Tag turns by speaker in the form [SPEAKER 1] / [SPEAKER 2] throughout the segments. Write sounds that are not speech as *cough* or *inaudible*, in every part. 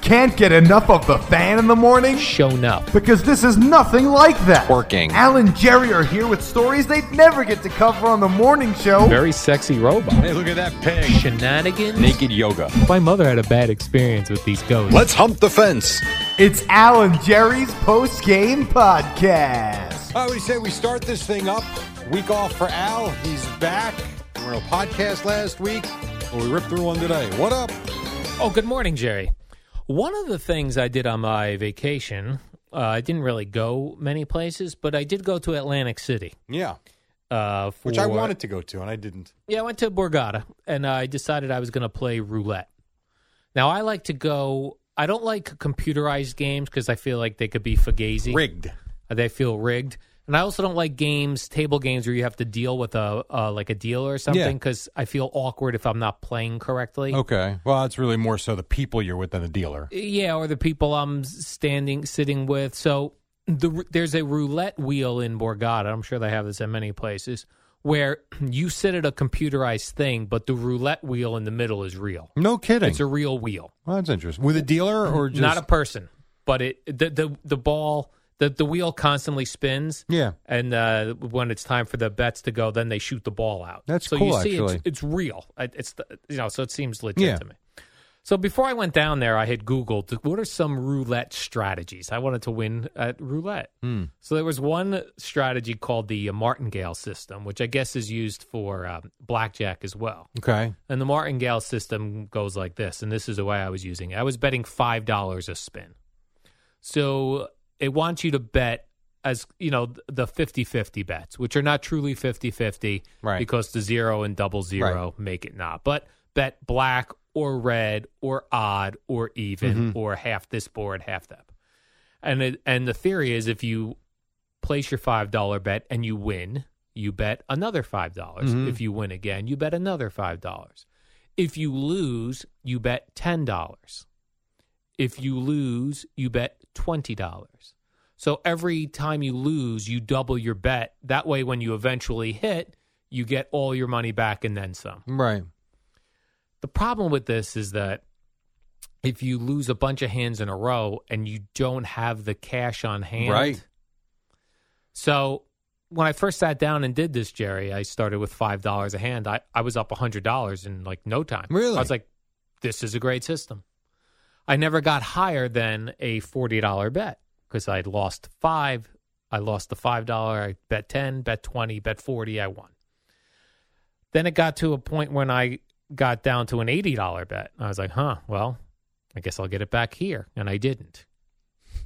[SPEAKER 1] Can't get enough of the fan in the morning?
[SPEAKER 2] shown up.
[SPEAKER 1] Because this is nothing like that.
[SPEAKER 3] Working.
[SPEAKER 1] Al and Jerry are here with stories they'd never get to cover on the morning show.
[SPEAKER 2] Very sexy robot.
[SPEAKER 3] Hey, look at that pig.
[SPEAKER 2] Shenanigans.
[SPEAKER 3] Naked yoga.
[SPEAKER 2] My mother had a bad experience with these ghosts.
[SPEAKER 3] Let's hump the fence.
[SPEAKER 1] It's Al and Jerry's post game podcast.
[SPEAKER 3] I always say we start this thing up. Week off for Al. He's back. We were on a podcast last week. Well, we ripped through one today. What up?
[SPEAKER 2] Oh, good morning, Jerry. One of the things I did on my vacation, uh, I didn't really go many places, but I did go to Atlantic City.
[SPEAKER 3] Yeah.
[SPEAKER 2] Uh, for,
[SPEAKER 3] Which I wanted to go to, and I didn't.
[SPEAKER 2] Yeah, I went to Borgata, and I decided I was going to play roulette. Now, I like to go. I don't like computerized games because I feel like they could be fugazi.
[SPEAKER 3] Rigged.
[SPEAKER 2] uh, They feel rigged. And I also don't like games, table games, where you have to deal with a uh, like a dealer or something because I feel awkward if I'm not playing correctly.
[SPEAKER 3] Okay. Well, it's really more so the people you're with than the dealer.
[SPEAKER 2] Yeah, or the people I'm standing sitting with. So the, there's a roulette wheel in Borgata. I'm sure they have this in many places where *clears throat* you sit at a computerized thing, but the roulette wheel in the middle is real.
[SPEAKER 3] No kidding.
[SPEAKER 2] It's a real wheel,
[SPEAKER 3] well, that's interesting. With a dealer or just.
[SPEAKER 2] not a person, but it the the, the ball. The, the wheel constantly spins,
[SPEAKER 3] Yeah.
[SPEAKER 2] and uh, when it's time for the bets to go, then they shoot the ball out.
[SPEAKER 3] That's
[SPEAKER 2] so
[SPEAKER 3] cool,
[SPEAKER 2] you see
[SPEAKER 3] actually.
[SPEAKER 2] It's, it's real. I- It's the- you know, so it seems legit
[SPEAKER 3] Yeah.
[SPEAKER 2] to me. So before I went down there, I had Googled what are some roulette strategies. I wanted to win at roulette.
[SPEAKER 3] Hmm.
[SPEAKER 2] So there was one strategy called the uh, martingale system, which I guess is used for uh, blackjack as well.
[SPEAKER 3] Okay.
[SPEAKER 2] And the martingale system goes like this, and this is the way I was using it. I was betting five dollars a spin. So it wants you to bet as you know th- the 50-50 bets, which are not truly 50-50
[SPEAKER 3] Right.
[SPEAKER 2] because the zero and double zero make it not. But bet black or red or odd or even or half this board, half that. And it, and the theory is if you place your five dollar bet and you win, you bet another five dollars. If you win again, you bet another five dollars. If you lose, you bet ten dollars. If you lose, you bet twenty dollars. So every time you lose, you double your bet. That way, when you eventually hit, you get all your money back and then some.
[SPEAKER 3] Right.
[SPEAKER 2] The problem with this is that if you lose a bunch of hands in a row and you don't have the cash on hand,
[SPEAKER 3] Right.
[SPEAKER 2] So when I first sat down and did this, Jerry, I started with five dollars a hand. I, I was up a hundred dollars in like no time.
[SPEAKER 3] Really?
[SPEAKER 2] I was like, this is a great system. I never got higher than a forty dollar bet because I lost five. I lost the five dollar. I bet ten, bet twenty, bet forty. I won. Then it got to a point when I got down to an eighty dollar bet. I was like, huh, well, I guess I'll get it back here, and I didn't.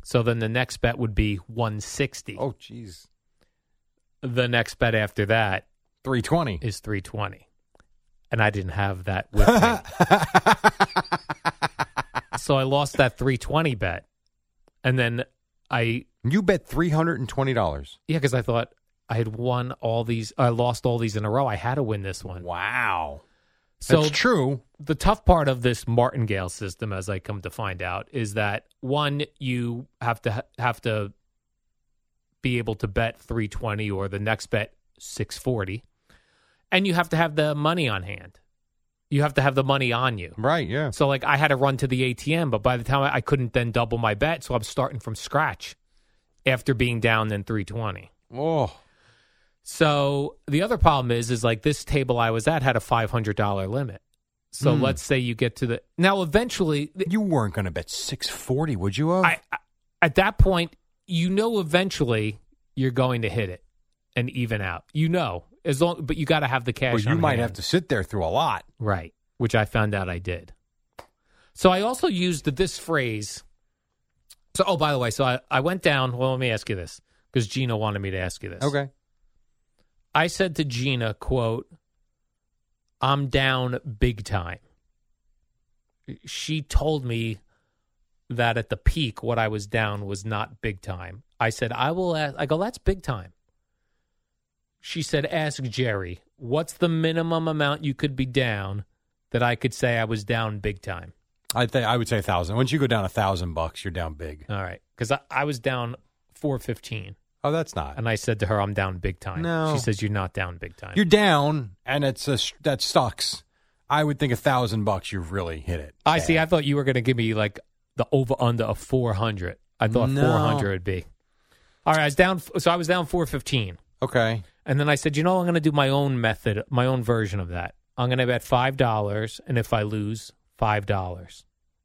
[SPEAKER 2] So then the next bet would be one sixty.
[SPEAKER 3] Oh, jeez.
[SPEAKER 2] The next bet after that
[SPEAKER 3] 320.
[SPEAKER 2] is three twenty, and I didn't have that with
[SPEAKER 3] *laughs*
[SPEAKER 2] me. so I lost that three twenty bet, and then I
[SPEAKER 3] you bet $320.
[SPEAKER 2] yeah, because I thought I had won all these. I lost all these in a row. I had to win this one.
[SPEAKER 3] Wow.
[SPEAKER 2] So
[SPEAKER 3] That's true.
[SPEAKER 2] the tough part of this martingale system, as I come to find out, is that one you have to have to be able to bet three twenty or the next bet six forty, and you have to have the money on hand. You have to have the money on you.
[SPEAKER 3] Right. Yeah.
[SPEAKER 2] So like I had to run to the ATM, but by the time I, I couldn't then double my bet, so I'm starting from scratch after being down then three twenty.
[SPEAKER 3] Oh.
[SPEAKER 2] So the other problem is, is like this table I was at had a five hundred dollar limit. So
[SPEAKER 3] Hmm.
[SPEAKER 2] let's say you get to the now. Eventually, th-
[SPEAKER 3] You weren't going to bet 640, would you have?
[SPEAKER 2] I, I at that point, you know, eventually you're going to hit it and even out. You know, as long, but you got to have the cash.
[SPEAKER 3] well, you
[SPEAKER 2] on
[SPEAKER 3] might
[SPEAKER 2] hand.
[SPEAKER 3] have to sit there through a lot.
[SPEAKER 2] right. which I found out I did. So I also used this phrase. So, oh, by the way, so I, I went down. Well, let me ask you this because Gina wanted me to ask you this.
[SPEAKER 4] Okay.
[SPEAKER 2] I said to Gina, quote, I'm down big time. She told me that at the peak, what I was down was not big time. I said, I will ask. I go, that's big time. She said, ask Jerry, what's the minimum amount you could be down that I could say I was down big time?
[SPEAKER 4] I think I would say a thousand. Once you go down a thousand bucks, you're down big.
[SPEAKER 2] All right. Because I, I was down 415.
[SPEAKER 4] Oh, that's not.
[SPEAKER 2] And I said to her, I'm down big time.
[SPEAKER 4] No.
[SPEAKER 2] She says, You're not down big time.
[SPEAKER 4] You're down, and it's a sh- that sucks. I would think a thousand bucks. You've really hit it.
[SPEAKER 2] I see. I thought you were going to give me like the over under of 400. I thought
[SPEAKER 4] No.
[SPEAKER 2] 400 would be. All right. I was down. So I was down 415.
[SPEAKER 4] Okay.
[SPEAKER 2] And then I said, You know, I'm going to do my own method, my own version of that. I'm going to bet $5. And if I lose, $5.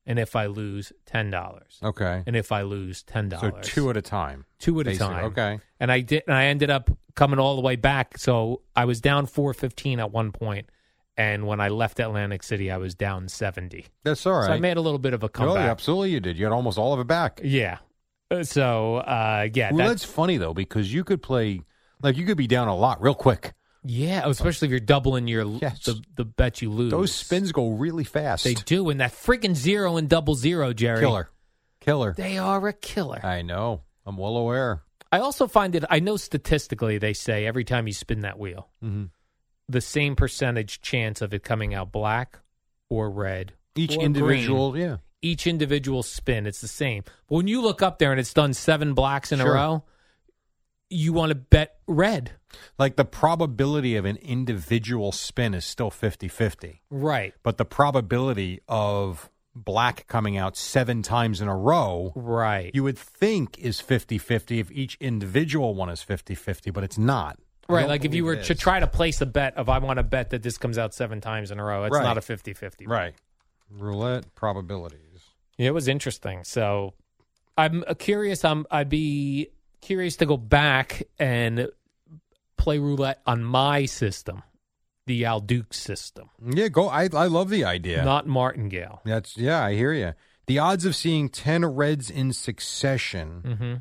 [SPEAKER 2] And if I lose, $10.
[SPEAKER 4] Okay.
[SPEAKER 2] And if I lose, $10.
[SPEAKER 4] So two at a time.
[SPEAKER 2] two at a
[SPEAKER 4] Basically,
[SPEAKER 2] time.
[SPEAKER 4] Okay.
[SPEAKER 2] And I did and I ended up coming all the way back. So I was down four fifteen at one point, and when I left Atlantic City I was down seventy.
[SPEAKER 4] That's all right.
[SPEAKER 2] So I made a little bit of a
[SPEAKER 4] Oh, yeah,
[SPEAKER 2] comeback.
[SPEAKER 4] absolutely, you did. You had almost all of it back.
[SPEAKER 2] yeah. Uh, So uh yeah,
[SPEAKER 4] well,
[SPEAKER 2] that's
[SPEAKER 4] that's funny though because you could play like you could be down a lot real quick.
[SPEAKER 2] yeah, oh, especially if you're doubling your
[SPEAKER 4] Yes.
[SPEAKER 2] the, the bet you lose.
[SPEAKER 4] Those spins go really fast.
[SPEAKER 2] they do, and that freaking zero and double zero, Jerry.
[SPEAKER 4] killer, killer.
[SPEAKER 2] They are a killer.
[SPEAKER 4] I know. I'm well aware.
[SPEAKER 2] I also find it. I know statistically they say every time you spin that wheel,
[SPEAKER 4] Mm-hmm.
[SPEAKER 2] the same percentage chance of it coming out black or red.
[SPEAKER 4] Each
[SPEAKER 2] or green.
[SPEAKER 4] individual, yeah.
[SPEAKER 2] each individual spin, it's the same. But when you look up there and it's done seven blacks in
[SPEAKER 4] Sure.
[SPEAKER 2] a row, you want to bet red.
[SPEAKER 4] Like the probability of an individual spin is still 50 50,
[SPEAKER 2] Right.
[SPEAKER 4] but the probability of black coming out seven times in a row,
[SPEAKER 2] Right.
[SPEAKER 4] you would think is 50 50 if each individual one is 50 50, but it's not. I
[SPEAKER 2] right.
[SPEAKER 4] don't
[SPEAKER 2] Like if you were
[SPEAKER 4] believe it
[SPEAKER 2] to
[SPEAKER 4] is.
[SPEAKER 2] try to place a bet of I want to bet that this comes out seven times in a row, it's
[SPEAKER 4] Right.
[SPEAKER 2] not a 50 50.
[SPEAKER 4] Right. Roulette probabilities.
[SPEAKER 2] It was interesting. So I'm uh, curious. I'm, I'd be curious to go back and play roulette on my system, the Al Duke system,
[SPEAKER 4] Yeah, go. I I love the idea.
[SPEAKER 2] not Martingale.
[SPEAKER 4] That's yeah, I hear you. The odds of seeing ten reds in succession
[SPEAKER 2] Mm-hmm.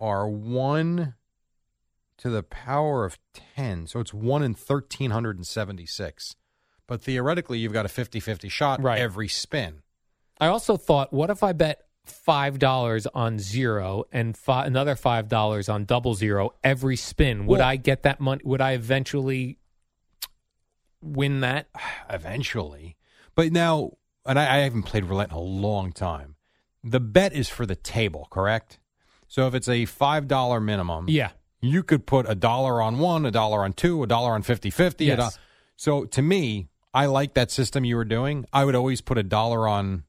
[SPEAKER 4] are one to the power of ten, so it's one in thirteen hundred and seventy six. But theoretically, you've got a 50-50 shot
[SPEAKER 2] Right.
[SPEAKER 4] every spin.
[SPEAKER 2] I also thought, what if I bet five dollars on zero and fi- another five dollars on double zero every spin? Would
[SPEAKER 4] Well-
[SPEAKER 2] I get that money? Would I eventually win that?
[SPEAKER 4] Eventually, but now, and I, I haven't played roulette in a long time. The bet is for the table, correct? So if it's a five dollar minimum,
[SPEAKER 2] Yeah,
[SPEAKER 4] you could put a dollar on one, a dollar on two, a dollar on 50 50.
[SPEAKER 2] Yes.
[SPEAKER 4] So to me, I like that system you were doing. I would always put a dollar on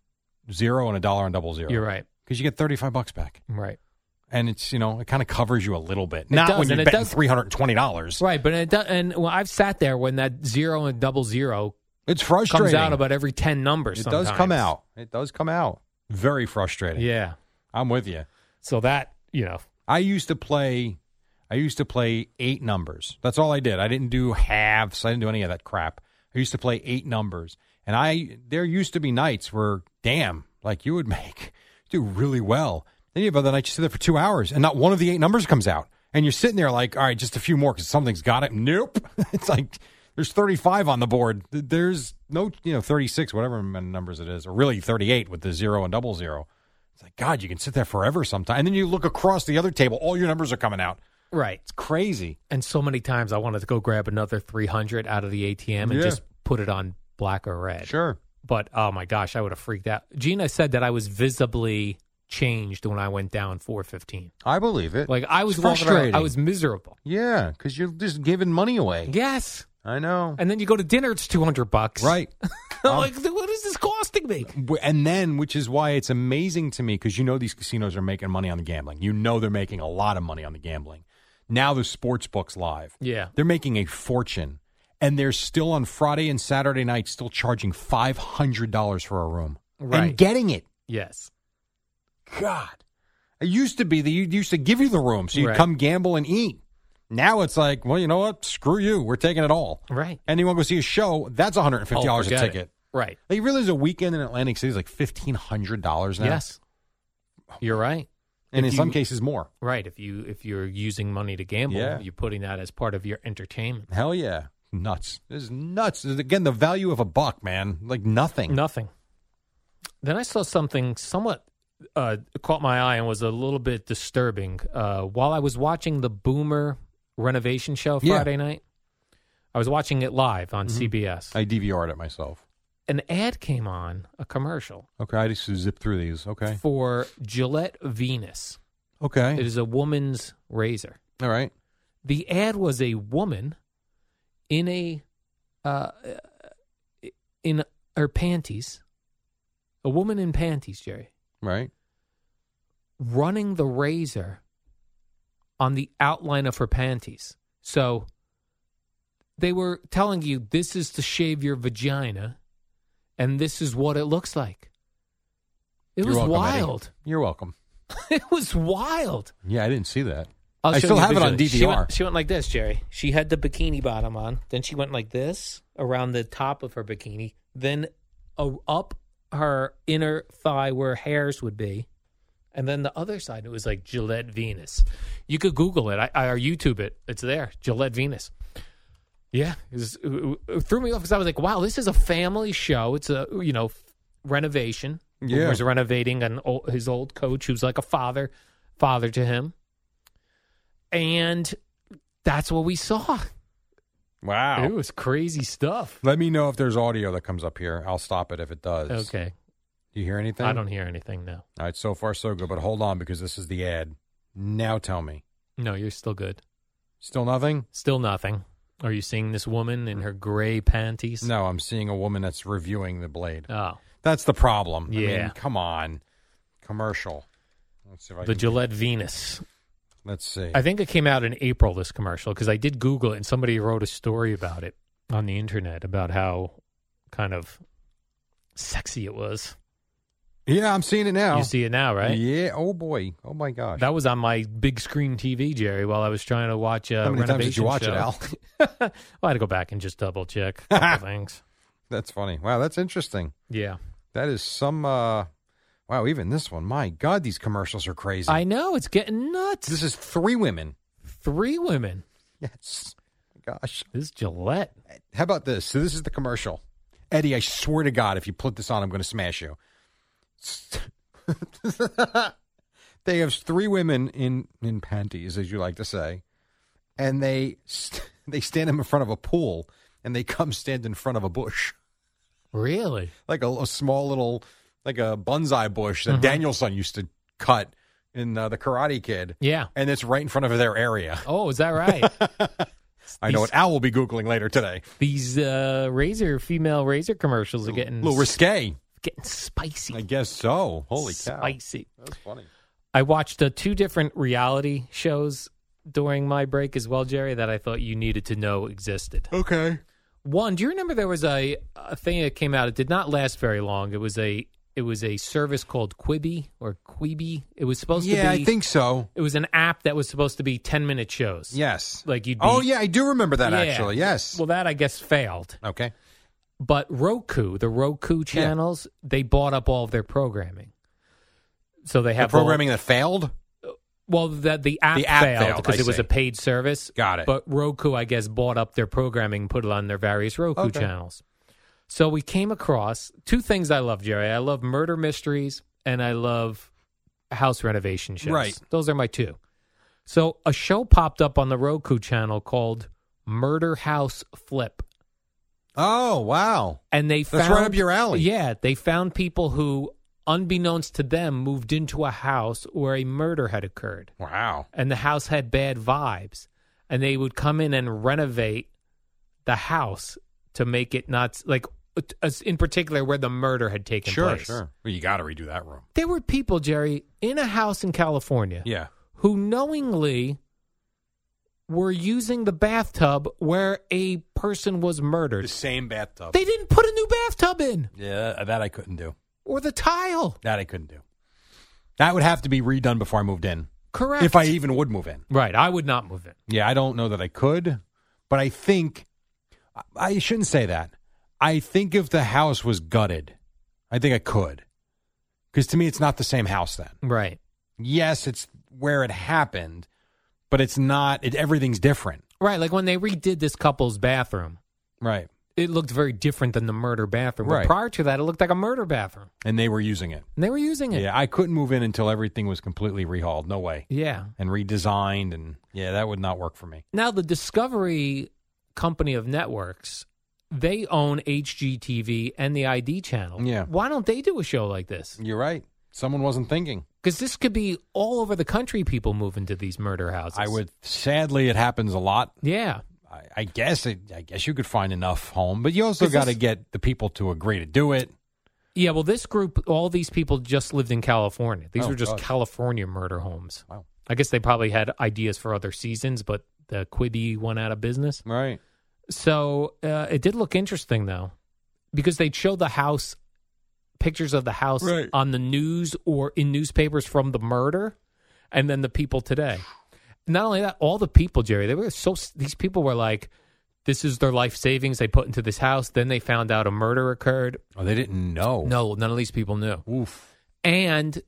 [SPEAKER 4] zero and a dollar on double zero.
[SPEAKER 2] you're right.
[SPEAKER 4] Because you get 35 bucks back.
[SPEAKER 2] Right,
[SPEAKER 4] And it's, you know, it kind of covers you a little bit. Not
[SPEAKER 2] does,
[SPEAKER 4] when
[SPEAKER 2] and
[SPEAKER 4] you're
[SPEAKER 2] it
[SPEAKER 4] betting
[SPEAKER 2] does-
[SPEAKER 4] $320.
[SPEAKER 2] right. But it does, and well, I've sat there when that zero and double zero
[SPEAKER 4] It's frustrating.
[SPEAKER 2] comes out about every ten numbers.
[SPEAKER 4] It does come
[SPEAKER 2] sometimes.
[SPEAKER 4] out. It does come out. Very frustrating.
[SPEAKER 2] Yeah.
[SPEAKER 4] I'm with you.
[SPEAKER 2] So that you know,
[SPEAKER 4] I used to play I used to play eight numbers. That's all I did. I didn't do halves. I didn't do any of that crap. I used to play eight numbers. And I there used to be nights where damn, like you would *laughs* make do really well. Then you have other nights you sit there for two hours and not one of the eight numbers comes out. And you're sitting there like, all right, just a few more because something's got it. Nope. *laughs* it's like there's 35 on the board. Th- There's no, you know, 36, whatever amount of numbers it is, or really 38 with the zero and double zero. It's like, God, you can sit there forever sometimes. And then you look across the other table, all your numbers are coming out.
[SPEAKER 2] right.
[SPEAKER 4] It's crazy.
[SPEAKER 2] And so many times I wanted to go grab another three hundred out of the ATM and
[SPEAKER 4] Yeah.
[SPEAKER 2] just put it on black or red.
[SPEAKER 4] Sure.
[SPEAKER 2] but oh my gosh, I would have freaked out. Gina said that I was visibly changed when I went down 415.
[SPEAKER 4] I believe it.
[SPEAKER 2] Like I was
[SPEAKER 4] It's
[SPEAKER 2] walking around, I
[SPEAKER 4] frustrating.
[SPEAKER 2] was miserable.
[SPEAKER 4] Yeah, because you're just giving money away.
[SPEAKER 2] Yes. *laughs*
[SPEAKER 4] I know.
[SPEAKER 2] And then you go to dinner, it's 200 bucks.
[SPEAKER 4] Right.
[SPEAKER 2] *laughs*
[SPEAKER 4] Oh.
[SPEAKER 2] I'm like, what is this costing me?
[SPEAKER 4] W- And then, which is why it's amazing to me, because you know these casinos are making money on the gambling. You know they're making a lot of money on the gambling. Now the sports book's live.
[SPEAKER 2] Yeah.
[SPEAKER 4] They're making a fortune. And they're still on Friday and Saturday night still charging $500 for a room.
[SPEAKER 2] Right.
[SPEAKER 4] And getting it.
[SPEAKER 2] Yes.
[SPEAKER 4] God. It used to be that you used to give you the room so you'd
[SPEAKER 2] Right.
[SPEAKER 4] come gamble and eat. Now it's like, well, you know what? Screw you. We're taking it all.
[SPEAKER 2] Right.
[SPEAKER 4] And you want to go see a show? That's one hundred and fifty
[SPEAKER 2] Oh,
[SPEAKER 4] dollars a
[SPEAKER 2] forget it.
[SPEAKER 4] ticket.
[SPEAKER 2] Right.
[SPEAKER 4] Like, you realize a weekend in Atlantic City is like fifteen hundred dollars now.
[SPEAKER 2] Yes. You're right.
[SPEAKER 4] and
[SPEAKER 2] If
[SPEAKER 4] in some
[SPEAKER 2] you-
[SPEAKER 4] cases more.
[SPEAKER 2] Right. If you if you're using money to gamble,
[SPEAKER 4] Yeah.
[SPEAKER 2] you're putting that as part of your entertainment.
[SPEAKER 4] Hell yeah, nuts! This is nuts. This is, again, the value of a buck, man, like nothing.
[SPEAKER 2] Nothing. Then I saw something somewhat uh, caught my eye and was a little bit disturbing. Uh, while I was watching the Boomer renovation show
[SPEAKER 4] Yeah. Mm-hmm.
[SPEAKER 2] Friday night, I was watching it live on CBS.
[SPEAKER 4] I DVR'd it myself.
[SPEAKER 2] An ad came on, a commercial
[SPEAKER 4] Okay, I just zip through these. Okay,
[SPEAKER 2] for Gillette Venus.
[SPEAKER 4] okay,
[SPEAKER 2] It is a woman's razor.
[SPEAKER 4] all right.
[SPEAKER 2] the ad was a woman in a uh, in her panties a woman in panties jerry
[SPEAKER 4] Right.
[SPEAKER 2] running the razor on the outline of her panties so they were telling you this is to shave your vagina and this is what it looks like it
[SPEAKER 4] You're
[SPEAKER 2] was
[SPEAKER 4] welcome, Eddie.
[SPEAKER 2] wild *laughs*
[SPEAKER 4] You're welcome.
[SPEAKER 2] it was wild
[SPEAKER 4] Yeah, I didn't see that.
[SPEAKER 2] I'll
[SPEAKER 4] I
[SPEAKER 2] show
[SPEAKER 4] still
[SPEAKER 2] you
[SPEAKER 4] have it on
[SPEAKER 2] visually. She
[SPEAKER 4] DVR.
[SPEAKER 2] went, she went like this, Jerry. She had the bikini bottom on. Then she went like this around the top of her bikini. Then uh, up her inner thigh where hairs would be. And then the other side, it was like Gillette Venus. You could Google it. I, I or YouTube it. It's there. Gillette Venus. Yeah, it, was- it- it threw me off because I was like, "Wow, this is a family show. It's a you know renovation.
[SPEAKER 4] Yeah.
[SPEAKER 2] was renovating an old, his old coach who's like a father, father to him, and that's what we saw.
[SPEAKER 4] Wow.
[SPEAKER 2] It was crazy stuff.
[SPEAKER 4] Let me know if there's audio that comes up here. I'll stop it if it does.
[SPEAKER 2] Okay,
[SPEAKER 4] Do you hear anything?
[SPEAKER 2] I don't hear anything now.
[SPEAKER 4] All right, so far so good, but hold on because this is the ad. Now tell me.
[SPEAKER 2] No, you're still good.
[SPEAKER 4] Still nothing?
[SPEAKER 2] Still nothing. Are you seeing this woman in her gray panties?
[SPEAKER 4] No, I'm seeing a woman that's reviewing the blade.
[SPEAKER 2] Oh,
[SPEAKER 4] That's the problem. I
[SPEAKER 2] Yeah.
[SPEAKER 4] mean, come on. Commercial. Let's see if I
[SPEAKER 2] the
[SPEAKER 4] can-
[SPEAKER 2] Gillette Venus.
[SPEAKER 4] Let's see.
[SPEAKER 2] I think it came out in April. This commercial because I did Google it and somebody wrote a story about it on the internet about how kind of sexy it was.
[SPEAKER 4] yeah, I'm seeing it now.
[SPEAKER 2] You see it now, right?
[SPEAKER 4] Oh. Yeah. Oh boy. Oh my gosh.
[SPEAKER 2] That was on my big screen TV, Jerry, while I was trying to watch a
[SPEAKER 4] How many times
[SPEAKER 2] renovation
[SPEAKER 4] did you watch
[SPEAKER 2] show.
[SPEAKER 4] it,
[SPEAKER 2] *laughs*
[SPEAKER 4] Al?
[SPEAKER 2] well, I had to go back and just double check a
[SPEAKER 4] *laughs*
[SPEAKER 2] couple things.
[SPEAKER 4] that's funny. Wow, that's interesting.
[SPEAKER 2] Yeah,
[SPEAKER 4] That is some uh wow, even this one. My God, these commercials are crazy.
[SPEAKER 2] I know it's getting nuts.
[SPEAKER 4] This is three women.
[SPEAKER 2] Three women.
[SPEAKER 4] Yes. Gosh.
[SPEAKER 2] This Gillette.
[SPEAKER 4] How about this? So this is the commercial. Eddie, I swear to God, if you put this on, I'm going to smash you. *laughs* they have three women in in panties, as you like to say, and they st- *laughs* they stand in front of a pool, and they come stand in front of a bush,
[SPEAKER 2] Really?
[SPEAKER 4] like a, a small little like a bonsai bush that Danielson used to cut in uh, the Karate Kid,
[SPEAKER 2] Yeah.
[SPEAKER 4] and it's right in front of their area.
[SPEAKER 2] Oh, is that right?
[SPEAKER 4] *laughs* I
[SPEAKER 2] These-
[SPEAKER 4] know what Al will be googling later today.
[SPEAKER 2] These uh, razor female razor commercials are
[SPEAKER 4] A
[SPEAKER 2] getting
[SPEAKER 4] little risque,
[SPEAKER 2] getting spicy.
[SPEAKER 4] I guess so. Holy cow!
[SPEAKER 2] spicy.
[SPEAKER 4] That's funny.
[SPEAKER 2] I watched uh, two different reality shows during my break as well, Jerry, that I thought you needed to know existed.
[SPEAKER 4] Okay.
[SPEAKER 2] One, do you remember there was a, a thing that came out? It did not last very long. It was a it was a service called Quibi or Quibi. It was supposed
[SPEAKER 4] Yeah,
[SPEAKER 2] to be
[SPEAKER 4] I think so.
[SPEAKER 2] it was an app that was supposed to be ten minute shows.
[SPEAKER 4] Yes.
[SPEAKER 2] Like you'd be-
[SPEAKER 4] Oh yeah, I do remember that
[SPEAKER 2] Yeah.
[SPEAKER 4] actually. Yes.
[SPEAKER 2] Well, that I guess failed.
[SPEAKER 4] okay.
[SPEAKER 2] But Roku, the Roku channels, they bought up all of their programming. So they
[SPEAKER 4] The
[SPEAKER 2] have all-
[SPEAKER 4] programming that failed.
[SPEAKER 2] Well, that the app,
[SPEAKER 4] The app
[SPEAKER 2] failed
[SPEAKER 4] failed,
[SPEAKER 2] because
[SPEAKER 4] I
[SPEAKER 2] it was
[SPEAKER 4] see.
[SPEAKER 2] a paid service.
[SPEAKER 4] Got it.
[SPEAKER 2] But Roku, I guess, bought up their programming and put it on their various Roku
[SPEAKER 4] Okay.
[SPEAKER 2] channels. So we came across two things I love, Jerry. I love murder mysteries and I love house renovation shows.
[SPEAKER 4] Right.
[SPEAKER 2] Those are my two. So a show popped up on the Roku channel called Murder House Flip
[SPEAKER 4] Oh wow.
[SPEAKER 2] and they
[SPEAKER 4] That's
[SPEAKER 2] found,
[SPEAKER 4] right up your alley.
[SPEAKER 2] Yeah, they found people who, unbeknownst to them, moved into a house where a murder had occurred,
[SPEAKER 4] Wow.
[SPEAKER 2] and the house had bad vibes, and they would come in and renovate the house to make it not like, as- in particular, where the murder had taken
[SPEAKER 4] Sure.
[SPEAKER 2] place.
[SPEAKER 4] Sure. Well, you got to redo that room.
[SPEAKER 2] There were people, Jerry, in a house in California
[SPEAKER 4] Yeah.
[SPEAKER 2] who knowingly were using the bathtub where a person was murdered.
[SPEAKER 4] same bathtub.
[SPEAKER 2] They didn't put a new bathtub in
[SPEAKER 4] yeah, that I couldn't do.
[SPEAKER 2] or the tile.
[SPEAKER 4] That I couldn't do. That would have to be redone before I moved in.
[SPEAKER 2] Correct.
[SPEAKER 4] If I even would move in.
[SPEAKER 2] right, I would not move in.
[SPEAKER 4] Yeah, I don't know that I could, but I think I- I shouldn't say that. I think if the house was gutted, I think I could. Because to me, it's not the same house then.
[SPEAKER 2] Right,
[SPEAKER 4] Yes, it's where it happened, but it's not, it, everything's different.
[SPEAKER 2] right. Like when they redid this couple's bathroom,
[SPEAKER 4] Right.
[SPEAKER 2] it looked very different than the murder bathroom. But
[SPEAKER 4] Right.
[SPEAKER 2] prior to that, it looked like a murder bathroom,
[SPEAKER 4] And they were using it.
[SPEAKER 2] and they were using it.
[SPEAKER 4] Yeah, I couldn't move in until everything was completely rehauled. No way.
[SPEAKER 2] yeah.
[SPEAKER 4] And redesigned. And yeah, that would not work for me.
[SPEAKER 2] Now the Discovery company of networks, they own HGTV and the ID channel.
[SPEAKER 4] Yeah.
[SPEAKER 2] Why don't they do a show like this?
[SPEAKER 4] You're right. Someone wasn't thinking.
[SPEAKER 2] Because this could be all over the country. People moving to these murder houses.
[SPEAKER 4] I would, sadly, it happens a lot.
[SPEAKER 2] Yeah.
[SPEAKER 4] I, I guess it, I guess you could find enough home, but you also
[SPEAKER 2] Is
[SPEAKER 4] got to
[SPEAKER 2] this-
[SPEAKER 4] get the people to agree to do it.
[SPEAKER 2] Yeah, well, this group, all these people just lived in California. These
[SPEAKER 4] Oh,
[SPEAKER 2] were just
[SPEAKER 4] God.
[SPEAKER 2] California murder homes.
[SPEAKER 4] Wow.
[SPEAKER 2] I guess they probably had ideas for other seasons, but the Quibi went out of business.
[SPEAKER 4] Right.
[SPEAKER 2] So uh, it did look interesting, though, because they'd show the house, pictures of the house
[SPEAKER 4] Right.
[SPEAKER 2] on the news or in newspapers from the murder, and then the people today. Not only that, all the people, Jerry, they were so, these people were like, this is their life savings they put into this house. Then they found out a murder occurred.
[SPEAKER 4] Oh, they didn't know.
[SPEAKER 2] No, none of these people knew
[SPEAKER 4] Oof.
[SPEAKER 2] and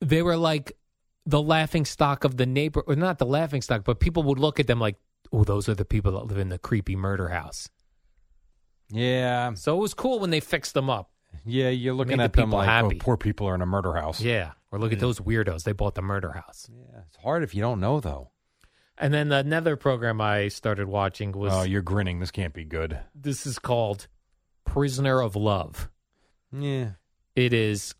[SPEAKER 2] they were like the laughing stock of the neighbor or not the laughing stock but people would look at them like oh those are the people that live in the creepy murder house
[SPEAKER 4] Yeah.
[SPEAKER 2] so it was cool when they fixed them up
[SPEAKER 4] Yeah. You're looking
[SPEAKER 2] Made the
[SPEAKER 4] at them
[SPEAKER 2] people
[SPEAKER 4] like,
[SPEAKER 2] happy.
[SPEAKER 4] oh, poor people are in a murder house.
[SPEAKER 2] yeah or look at those weirdos they bought the murder house
[SPEAKER 4] Yeah. It's hard if you don't know, though.
[SPEAKER 2] and then another program i started watching was
[SPEAKER 4] oh, you're grinning. This can't be good.
[SPEAKER 2] this is called prisoner of love
[SPEAKER 4] Yeah.
[SPEAKER 2] it is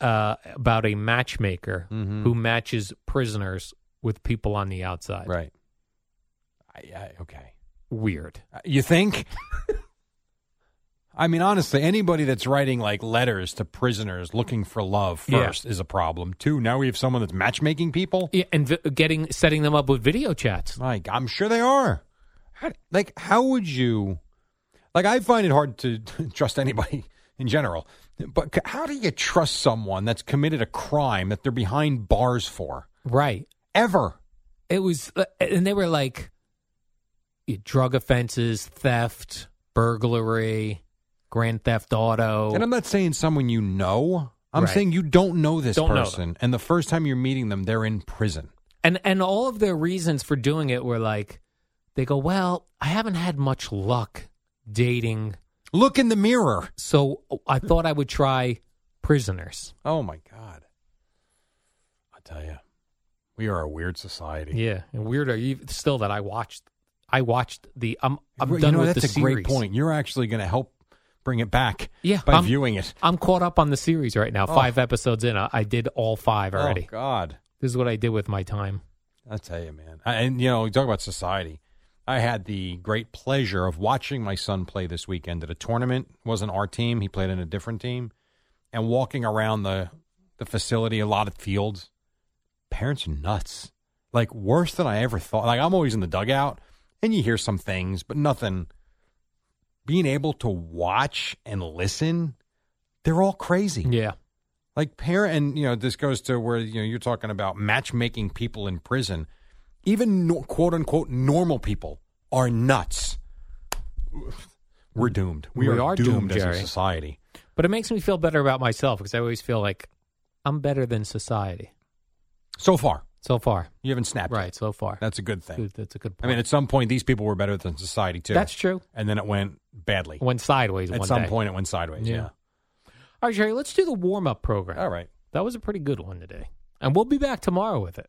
[SPEAKER 2] uh, about a matchmaker
[SPEAKER 4] Mhm.
[SPEAKER 2] who matches prisoners with people on the outside
[SPEAKER 4] Right. I, I, okay.
[SPEAKER 2] weird
[SPEAKER 4] Uh, You think? *laughs* I mean, honestly, anybody that's writing like letters to prisoners looking for love
[SPEAKER 2] Yeah.
[SPEAKER 4] first is a problem. Two, now we have someone that's matchmaking people.
[SPEAKER 2] Yeah, and vi- getting setting them up with video chats.
[SPEAKER 4] Like, I'm sure they are. How, like, how would you? Like, I find it hard to *laughs* trust anybody *laughs* in general. But c- how do you trust someone that's committed a crime that they're behind bars for
[SPEAKER 2] Right.
[SPEAKER 4] ever?
[SPEAKER 2] It was, uh, and they were like eh, drug offenses, theft, burglary, grand theft auto.
[SPEAKER 4] And I'm not saying someone you know. I'm
[SPEAKER 2] Right.
[SPEAKER 4] saying you don't know this
[SPEAKER 2] Don't know them.
[SPEAKER 4] person, and the first time you're meeting them, they're in prison.
[SPEAKER 2] and and all of their reasons for doing it were like, they go, well, I haven't had much luck dating,
[SPEAKER 4] Look in the mirror.
[SPEAKER 2] so I thought I would try prisoners.
[SPEAKER 4] Oh my God! I tell you, we are a weird society.
[SPEAKER 2] Yeah, and weirder ev- still that I watched. I watched the. I'm I'm
[SPEAKER 4] Well,
[SPEAKER 2] done
[SPEAKER 4] you know,
[SPEAKER 2] with
[SPEAKER 4] that's
[SPEAKER 2] the
[SPEAKER 4] a great
[SPEAKER 2] series.
[SPEAKER 4] point. You're actually going to help bring it back.
[SPEAKER 2] Yeah,
[SPEAKER 4] by
[SPEAKER 2] I'm-
[SPEAKER 4] viewing it.
[SPEAKER 2] I'm caught up on the series right now.
[SPEAKER 4] Oh.
[SPEAKER 2] Five episodes in. I, I did all five already.
[SPEAKER 4] Oh God,
[SPEAKER 2] This is what I did with my time.
[SPEAKER 4] I tell you, man. I, and you know, you talk about society. I had the great pleasure of watching my son play this weekend at a tournament. It wasn't our team; he played in a different team. And walking around the the facility, a lot of fields. Parents are nuts. Like worse than I ever thought. Like I'm always in the dugout, and you hear some things, but nothing. Being able to watch and listen, they're all crazy.
[SPEAKER 2] Yeah.
[SPEAKER 4] like parent and you know this goes to where you know you're talking about matchmaking people in prison even no, quote unquote normal people are nuts we're doomed we,
[SPEAKER 2] We
[SPEAKER 4] are,
[SPEAKER 2] are
[SPEAKER 4] doomed,
[SPEAKER 2] doomed,
[SPEAKER 4] as a
[SPEAKER 2] Jerry.
[SPEAKER 4] society
[SPEAKER 2] But it makes me feel better about myself because I always feel like I'm better than society
[SPEAKER 4] so far
[SPEAKER 2] so far.
[SPEAKER 4] you haven't snapped it.
[SPEAKER 2] Right. So far.
[SPEAKER 4] that's a good thing
[SPEAKER 2] Good, that's a good
[SPEAKER 4] i
[SPEAKER 2] point.
[SPEAKER 4] mean at some point these people were better than society too
[SPEAKER 2] That's true.
[SPEAKER 4] and then it went badly
[SPEAKER 2] Went sideways
[SPEAKER 4] at
[SPEAKER 2] one
[SPEAKER 4] some
[SPEAKER 2] day.
[SPEAKER 4] point it went sideways yeah,
[SPEAKER 2] Yeah. All right, Jerry, let's do the warm up program.
[SPEAKER 4] all right
[SPEAKER 2] That was a pretty good one today. And we'll be back tomorrow with it.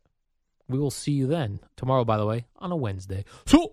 [SPEAKER 2] We will see you then. Tomorrow, by the way, on a Wednesday. So.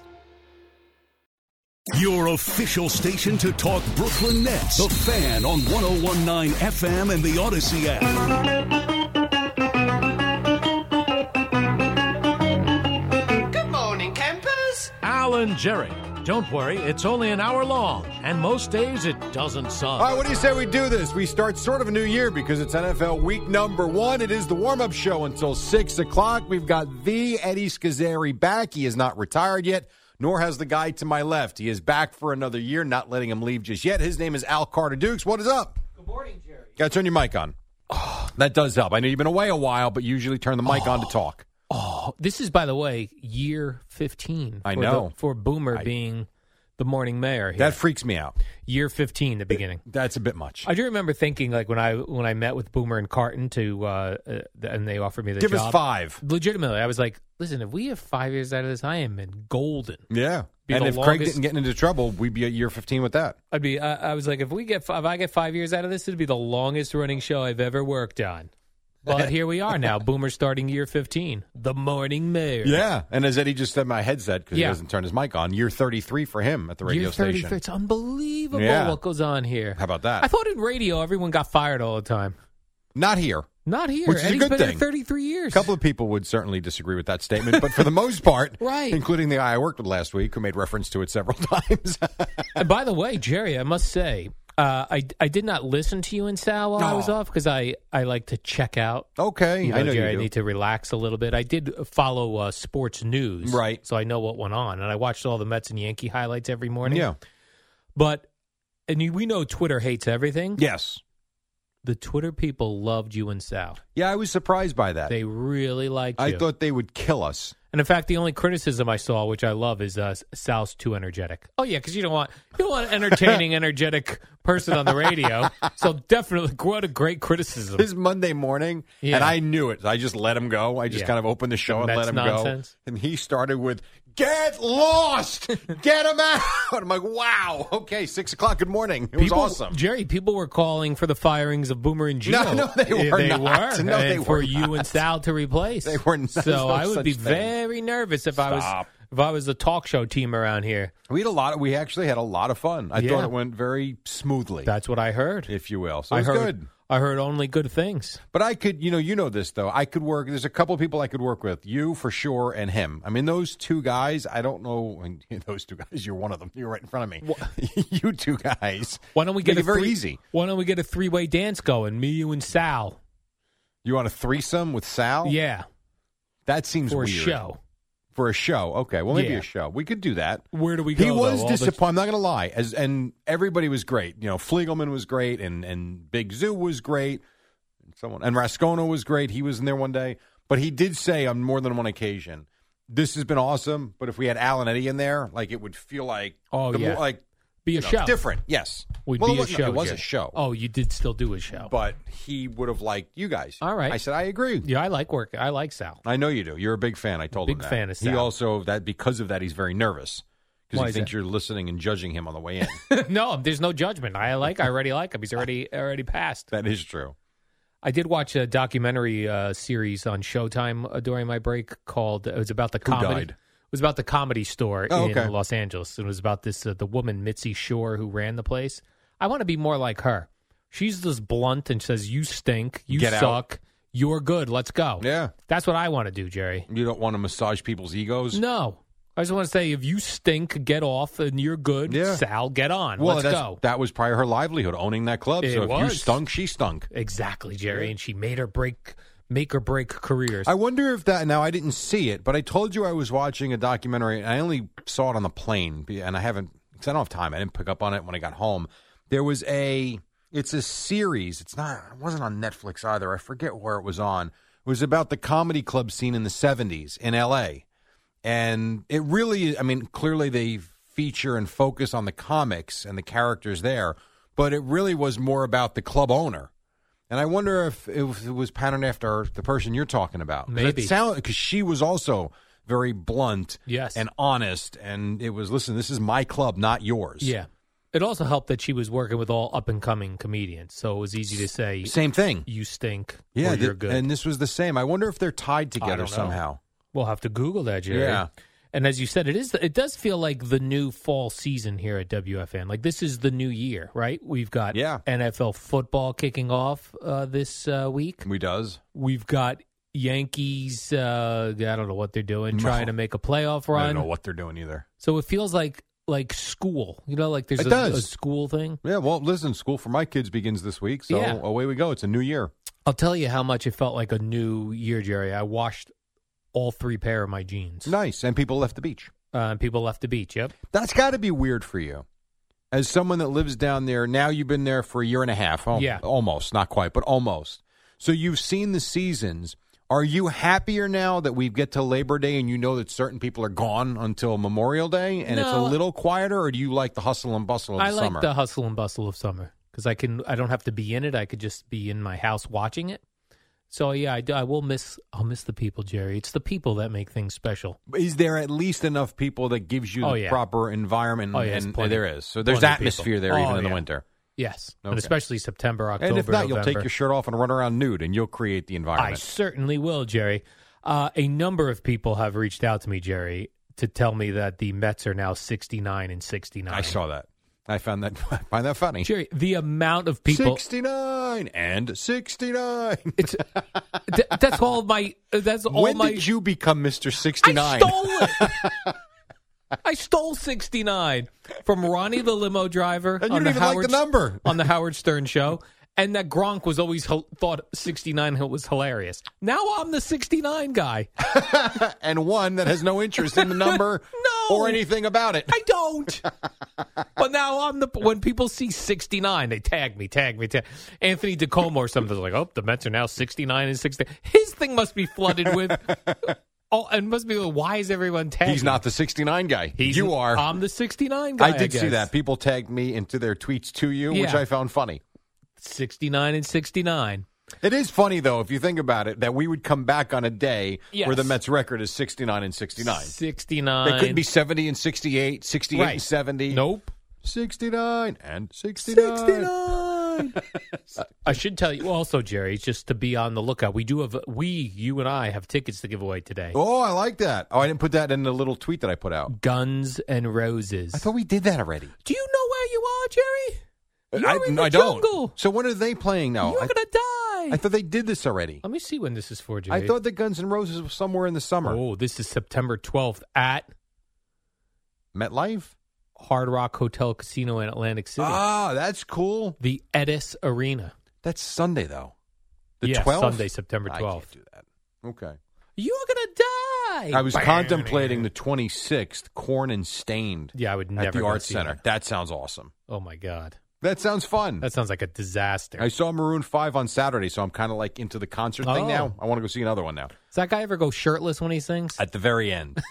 [SPEAKER 5] Your official station to talk Brooklyn Nets. The Fan on 1019 FM and the Odyssey app.
[SPEAKER 6] and Jerry. Don't worry, it's only an hour long, and most days it doesn't suck.
[SPEAKER 4] All right, what do you say we do this? We start sort of a new year because it's NFL week number one. It is the warm up show until 6 o'clock. We've got the Eddie Scazzeri back. He is not retired yet, nor has the guy to my left. He is back for another year, not letting him leave just yet. His name is Al Carter Dukes. What is up? Good morning, Jerry. Got to turn your mic on. *sighs* that does help. I know you've been away a while, but you usually turn the mic on to
[SPEAKER 2] *sighs*
[SPEAKER 4] talk.
[SPEAKER 2] This is, by the way, year 15.
[SPEAKER 4] I
[SPEAKER 2] for
[SPEAKER 4] know.
[SPEAKER 2] the- for Boomer being the morning mayor. Here.
[SPEAKER 4] That freaks me out.
[SPEAKER 2] year 15, the beginning.
[SPEAKER 4] That's a bit much.
[SPEAKER 2] I do remember thinking, like when I when I met with Boomer and Carton to, uh, uh, and they offered me the
[SPEAKER 4] Give
[SPEAKER 2] job.
[SPEAKER 4] us five.
[SPEAKER 2] Legitimately, I was like, listen, if we have five years out of this, I am in golden.
[SPEAKER 4] Yeah.
[SPEAKER 2] Be
[SPEAKER 4] and
[SPEAKER 2] the
[SPEAKER 4] if Craig
[SPEAKER 2] longest-
[SPEAKER 4] didn't get into trouble, we'd be at year 15 with that.
[SPEAKER 2] I'd be, I, I was like, if we get, fi- if I get five years out of this, it'd be the longest running show I've ever worked on. But here we are
[SPEAKER 4] *laughs*
[SPEAKER 2] now. Boomer starting year 15. The morning mayor.
[SPEAKER 4] Yeah, and as Eddie just said, my headset because he
[SPEAKER 2] Yeah.
[SPEAKER 4] doesn't turn his mic on. Year thirty-three for him at the radio
[SPEAKER 2] Year 33.
[SPEAKER 4] station.
[SPEAKER 2] It's unbelievable
[SPEAKER 4] Yeah.
[SPEAKER 2] what goes on here.
[SPEAKER 4] How about that?
[SPEAKER 2] I thought in radio everyone got fired all the time.
[SPEAKER 4] Not here.
[SPEAKER 2] Not here.
[SPEAKER 4] Which is a
[SPEAKER 2] Eddie's
[SPEAKER 4] good
[SPEAKER 2] been
[SPEAKER 4] thing.
[SPEAKER 2] here 33 years.
[SPEAKER 4] A couple of people would certainly disagree with that statement, but for the most part,
[SPEAKER 2] *laughs* Right.
[SPEAKER 4] including the guy I worked with last week, who made reference to it several *laughs* times.
[SPEAKER 2] And by the way, Jerry, I must say, uh, I I did not listen to you and Sal while I was
[SPEAKER 4] Oh.
[SPEAKER 2] off because I, I like to check out.
[SPEAKER 4] okay,
[SPEAKER 2] You
[SPEAKER 4] I know
[SPEAKER 2] Jerry,
[SPEAKER 4] you
[SPEAKER 2] I
[SPEAKER 4] do.
[SPEAKER 2] need to relax a little bit. I did follow uh, sports news,
[SPEAKER 4] Right.
[SPEAKER 2] So I know what went on, and I watched all the Mets and Yankee highlights every morning.
[SPEAKER 4] Yeah.
[SPEAKER 2] but and you, we know Twitter hates everything.
[SPEAKER 4] Yes.
[SPEAKER 2] The Twitter people loved you and Sal.
[SPEAKER 4] Yeah, I was surprised by that.
[SPEAKER 2] They really liked
[SPEAKER 4] I
[SPEAKER 2] you.
[SPEAKER 4] thought they would kill us.
[SPEAKER 2] and in fact, the only criticism I saw, which I love, is uh, Sal's too energetic. Oh yeah, because you don't want you don't want an
[SPEAKER 4] *laughs*
[SPEAKER 2] entertaining, energetic person on the radio. So definitely, what a great criticism.
[SPEAKER 4] This Monday morning,
[SPEAKER 2] Yeah.
[SPEAKER 4] and I knew it. I just let him go. I just
[SPEAKER 2] Yeah.
[SPEAKER 4] kind of opened the show and
[SPEAKER 2] Mets
[SPEAKER 4] let him
[SPEAKER 2] nonsense.
[SPEAKER 4] go. And he started with "Get lost, get him out." *laughs* I'm like, "Wow, okay, six o'clock. Good morning. It was
[SPEAKER 2] People-
[SPEAKER 4] awesome."
[SPEAKER 2] Jerry. People were calling for the firings of Boomer and Gio.
[SPEAKER 4] No, no, they were
[SPEAKER 2] they
[SPEAKER 4] not.
[SPEAKER 2] Were,
[SPEAKER 4] No, they
[SPEAKER 2] and for
[SPEAKER 4] were
[SPEAKER 2] you and
[SPEAKER 4] not.
[SPEAKER 2] Sal to replace.
[SPEAKER 4] They were not. There's
[SPEAKER 2] So
[SPEAKER 4] no
[SPEAKER 2] I would
[SPEAKER 4] such
[SPEAKER 2] be
[SPEAKER 4] thing.
[SPEAKER 2] very nervous if I was
[SPEAKER 4] Stop.
[SPEAKER 2] if I was the talk show team around here.
[SPEAKER 4] We had a lot. we actually had a lot of fun. I
[SPEAKER 2] Yeah.
[SPEAKER 4] thought it went very smoothly,
[SPEAKER 2] That's what I heard.
[SPEAKER 4] if you will. So it
[SPEAKER 2] I
[SPEAKER 4] was
[SPEAKER 2] heard.
[SPEAKER 4] good.
[SPEAKER 2] I heard only good things.
[SPEAKER 4] But I could, you know, you know this though. I could work. There's a couple of people I could work with. You for sure, and him. I mean, those two guys. I don't know. *laughs* And those two guys. You're one of them. You're right in front of me. *laughs* you two guys.
[SPEAKER 2] Why don't we
[SPEAKER 4] Make
[SPEAKER 2] get
[SPEAKER 4] it
[SPEAKER 2] a
[SPEAKER 4] very
[SPEAKER 2] three-
[SPEAKER 4] easy?
[SPEAKER 2] Why don't we get a three way dance going? Me, you, and Sal.
[SPEAKER 4] You want a threesome with Sal?
[SPEAKER 2] Yeah,
[SPEAKER 4] that seems
[SPEAKER 2] for
[SPEAKER 4] weird.
[SPEAKER 2] a show.
[SPEAKER 4] For a show. Okay. Well, maybe
[SPEAKER 2] Yeah.
[SPEAKER 4] a show. We could do that.
[SPEAKER 2] Where do we go?
[SPEAKER 4] He was
[SPEAKER 2] though? All the-
[SPEAKER 4] disappointed. I'm not going to lie. As and everybody was great. You know, Fliegelman was great, and and Big Zoo was great. And someone and Rascona was great. He was in there one day, but he did say on more than one occasion, "This has been awesome." But if we had Alan Eddie in there, like it would feel like
[SPEAKER 2] Oh,
[SPEAKER 4] the
[SPEAKER 2] yeah.
[SPEAKER 4] more- like
[SPEAKER 2] be a
[SPEAKER 4] you know,
[SPEAKER 2] show.
[SPEAKER 4] different. Yes,
[SPEAKER 2] Would
[SPEAKER 4] well,
[SPEAKER 2] be
[SPEAKER 4] it
[SPEAKER 2] a
[SPEAKER 4] wasn't-
[SPEAKER 2] show.
[SPEAKER 4] It was a
[SPEAKER 2] Jerry.
[SPEAKER 4] show,
[SPEAKER 2] Oh, you did still do a show.
[SPEAKER 4] but he would have liked you guys.
[SPEAKER 2] All right.
[SPEAKER 4] I said I agree.
[SPEAKER 2] yeah, I like work. I like Sal.
[SPEAKER 4] *laughs* I know you do. You're a big fan. I told him
[SPEAKER 2] Big
[SPEAKER 4] that.
[SPEAKER 2] fan of
[SPEAKER 4] He
[SPEAKER 2] Sal.
[SPEAKER 4] also that because of that he's very nervous because
[SPEAKER 2] Why
[SPEAKER 4] he
[SPEAKER 2] is
[SPEAKER 4] thinks
[SPEAKER 2] that?
[SPEAKER 4] you're listening and judging him on the way
[SPEAKER 2] *laughs*
[SPEAKER 4] in.
[SPEAKER 2] no, there's no judgment. I like. I already like him. He's already already passed.
[SPEAKER 4] that is true.
[SPEAKER 2] I did watch a documentary uh, series on Showtime uh, during my break called. It was about the comedy.
[SPEAKER 4] died?
[SPEAKER 2] It was about the comedy store
[SPEAKER 4] Oh,
[SPEAKER 2] in
[SPEAKER 4] okay.
[SPEAKER 2] Los Angeles. It was about this uh, the woman Mitzi Shore who ran the place. I want to be more like her. She's just blunt and says, "You stink. You
[SPEAKER 4] Get out."
[SPEAKER 2] suck. You're good. Let's go."
[SPEAKER 4] Yeah.
[SPEAKER 2] that's what I want to do, Jerry.
[SPEAKER 4] You don't want to massage people's egos.
[SPEAKER 2] No. I just want to say, if you stink, get off, and you're good.
[SPEAKER 4] Yeah.
[SPEAKER 2] Sal, get on.
[SPEAKER 4] well,
[SPEAKER 2] Let's
[SPEAKER 4] that's-
[SPEAKER 2] go.
[SPEAKER 4] that was probably her livelihood, owning that club.
[SPEAKER 2] It
[SPEAKER 4] so if you
[SPEAKER 2] was.
[SPEAKER 4] stunk, she stunk.
[SPEAKER 2] Exactly, Jerry. And she made her break, make or break careers.
[SPEAKER 4] I wonder if that. Now I didn't see it, but I told you I was watching a documentary, and I only saw it on the plane, be- and I haven't because I don't have time. I didn't pick up on it when I got home. There was a. It's a series. It's not. It wasn't on Netflix either. I forget where it was on. It was about the comedy club scene in the '70s in L.A. and it really i mean clearly they feature and focus on the comics and the characters there but it really was more about the club owner and i wonder if it was, it was patterned after the person you're talking about
[SPEAKER 2] Maybe.
[SPEAKER 4] because she was also very blunt
[SPEAKER 2] Yes.
[SPEAKER 4] and honest and it was listen this is my club not yours
[SPEAKER 2] yeah. It also helped that she was working with all up and coming comedians, so it was easy to say,
[SPEAKER 4] same thing
[SPEAKER 2] "You stink."
[SPEAKER 4] yeah
[SPEAKER 2] or
[SPEAKER 4] th-
[SPEAKER 2] you're good.
[SPEAKER 4] and this was the same i wonder if they're tied
[SPEAKER 2] I
[SPEAKER 4] together
[SPEAKER 2] don't know.
[SPEAKER 4] somehow
[SPEAKER 2] we'll have to Google that, Jerry.
[SPEAKER 4] Yeah.
[SPEAKER 2] And as you said, it is. It does feel like the new fall season here at WFN. Like this is the new year, right? We've got
[SPEAKER 4] Yeah.
[SPEAKER 2] NFL football kicking off uh, this uh, week.
[SPEAKER 4] we does
[SPEAKER 2] We've got Yankees, uh, I don't know what they're doing, trying to make a playoff run.
[SPEAKER 4] I don't know what they're doing either.
[SPEAKER 2] So it feels like like school, you know, like there's
[SPEAKER 4] It
[SPEAKER 2] a,
[SPEAKER 4] does.
[SPEAKER 2] a school thing.
[SPEAKER 4] Yeah, well, listen, school for my kids begins this week, so
[SPEAKER 2] Yeah.
[SPEAKER 4] away we go. It's a new year.
[SPEAKER 2] I'll tell you how much it felt like a new year, Jerry. I washed all three pair of my jeans.
[SPEAKER 4] Nice, and people left the beach.
[SPEAKER 2] Uh, people left the beach. Yep.
[SPEAKER 4] That's got to be weird for you. As someone that lives down there, now you've been there for a year and a half. al-
[SPEAKER 2] Yeah.
[SPEAKER 4] Almost, not quite, but almost. So you've seen the seasons. Are you happier now that we get to Labor Day and you know that certain people are gone until Memorial Day and it's a
[SPEAKER 2] No.
[SPEAKER 4] little quieter, or do you like the hustle and bustle of
[SPEAKER 2] I
[SPEAKER 4] the
[SPEAKER 2] like
[SPEAKER 4] summer?
[SPEAKER 2] the hustle and bustle of summer because I can. I don't have to be in it. I could just be in my house watching it. So yeah, I, do- I will miss. I'll miss the people, Jerry. It's the people that make things special.
[SPEAKER 4] is there at least enough people that gives you
[SPEAKER 2] Oh,
[SPEAKER 4] the
[SPEAKER 2] yeah.
[SPEAKER 4] proper environment?
[SPEAKER 2] Oh, yeah, there's
[SPEAKER 4] and
[SPEAKER 2] plenty-
[SPEAKER 4] there is. So there's
[SPEAKER 2] plenty of people.
[SPEAKER 4] atmosphere there
[SPEAKER 2] Oh,
[SPEAKER 4] even in the
[SPEAKER 2] yeah.
[SPEAKER 4] winter.
[SPEAKER 2] Yes,
[SPEAKER 4] Okay.
[SPEAKER 2] and especially September, October,
[SPEAKER 4] and if not, you'll take
[SPEAKER 2] November.
[SPEAKER 4] your shirt off and run around nude and you'll create the
[SPEAKER 2] I
[SPEAKER 4] environment.
[SPEAKER 2] certainly will, Jerry. Uh, a number of people have reached out to me, Jerry, to tell me that the Mets are now 69 and 69.
[SPEAKER 4] I saw that. I found that *laughs* I find that funny.
[SPEAKER 2] Jerry, the amount of people.
[SPEAKER 4] Sixty nine and sixty nine.
[SPEAKER 2] It's, th- that's all of my. uh, That's all
[SPEAKER 4] When
[SPEAKER 2] my.
[SPEAKER 4] did you become Mister Sixty
[SPEAKER 2] I
[SPEAKER 4] Nine?
[SPEAKER 2] stole it.
[SPEAKER 4] *laughs*
[SPEAKER 2] I stole 69 from Ronnie the limo driver
[SPEAKER 4] And you
[SPEAKER 2] on
[SPEAKER 4] don't
[SPEAKER 2] the
[SPEAKER 4] even like
[SPEAKER 2] Howard
[SPEAKER 4] the number.
[SPEAKER 2] on the Howard Stern show. And that Gronk was always hel- thought 69 was hilarious. Now I'm the 69 guy.
[SPEAKER 4] And one that has no
[SPEAKER 2] *laughs*
[SPEAKER 4] interest in the number
[SPEAKER 2] No.
[SPEAKER 4] or anything about it.
[SPEAKER 2] I don't. *laughs* but now I'm the when people see 69, they tag me, tag me, tag Anthony DeComo or something like, oh, the Mets are now 69 and 60. His thing must be flooded with. *laughs* Oh, and must be like, why is everyone tagging?
[SPEAKER 4] He's not the sixty nine guy.
[SPEAKER 2] He's-
[SPEAKER 4] you are.
[SPEAKER 2] I'm the 69 guy.
[SPEAKER 4] I did see
[SPEAKER 2] guess.
[SPEAKER 4] that. People tagged me into their tweets to you, which
[SPEAKER 2] Yeah.
[SPEAKER 4] I found funny.
[SPEAKER 2] 69 and 69.
[SPEAKER 4] It is funny though, if you think about it, that we would come back on a day where
[SPEAKER 2] Yes.
[SPEAKER 4] the Mets record is sixty nine and sixty nine.
[SPEAKER 2] 69.
[SPEAKER 4] They could be seventy and 68, 68
[SPEAKER 2] Right.
[SPEAKER 4] and seventy.
[SPEAKER 2] Nope.
[SPEAKER 4] sixty nine and sixty nine.
[SPEAKER 2] 69. *laughs* I should tell you also, Jerry, just to be on the lookout. We do have, we, you and I have tickets to give away today.
[SPEAKER 4] Oh, I like that. Oh, I didn't put that in the little tweet that I put out.
[SPEAKER 2] Guns and Roses.
[SPEAKER 4] I thought we did that already.
[SPEAKER 2] Do you know where you are, Jerry? You're
[SPEAKER 4] I,
[SPEAKER 2] in
[SPEAKER 4] no,
[SPEAKER 2] the
[SPEAKER 4] I don't.
[SPEAKER 2] jungle.
[SPEAKER 4] So when are they playing now?
[SPEAKER 2] You're
[SPEAKER 4] I,
[SPEAKER 2] gonna die.
[SPEAKER 4] I thought they did this already.
[SPEAKER 2] Let me see when this is for, Jerry.
[SPEAKER 4] I thought the Guns N' Roses was somewhere in the summer.
[SPEAKER 2] Oh, this is September 12th at
[SPEAKER 4] MetLife.
[SPEAKER 2] Hard Rock Hotel Casino in Atlantic City,
[SPEAKER 4] Ah, that's cool.
[SPEAKER 2] the Edis Arena.
[SPEAKER 4] That's Sunday though. The
[SPEAKER 2] Yes,
[SPEAKER 4] 12th?
[SPEAKER 2] Sunday, September
[SPEAKER 4] I
[SPEAKER 2] 12th.
[SPEAKER 4] can't do that. Okay.
[SPEAKER 2] You're gonna die.
[SPEAKER 4] I was contemplating the 26th, Corn and Stained
[SPEAKER 2] Yeah, I would never
[SPEAKER 4] at the
[SPEAKER 2] go
[SPEAKER 4] Arts
[SPEAKER 2] see
[SPEAKER 4] Center.
[SPEAKER 2] that.
[SPEAKER 4] That sounds awesome.
[SPEAKER 2] Oh my god,
[SPEAKER 4] That sounds fun.
[SPEAKER 2] that sounds like a disaster.
[SPEAKER 4] I saw Maroon 5 on Saturday, so I'm kind of like into the concert thing
[SPEAKER 2] Oh.
[SPEAKER 4] now. I want to go see another one now.
[SPEAKER 2] Does that guy ever go shirtless when he sings?
[SPEAKER 4] at the very
[SPEAKER 2] *laughs*
[SPEAKER 4] end.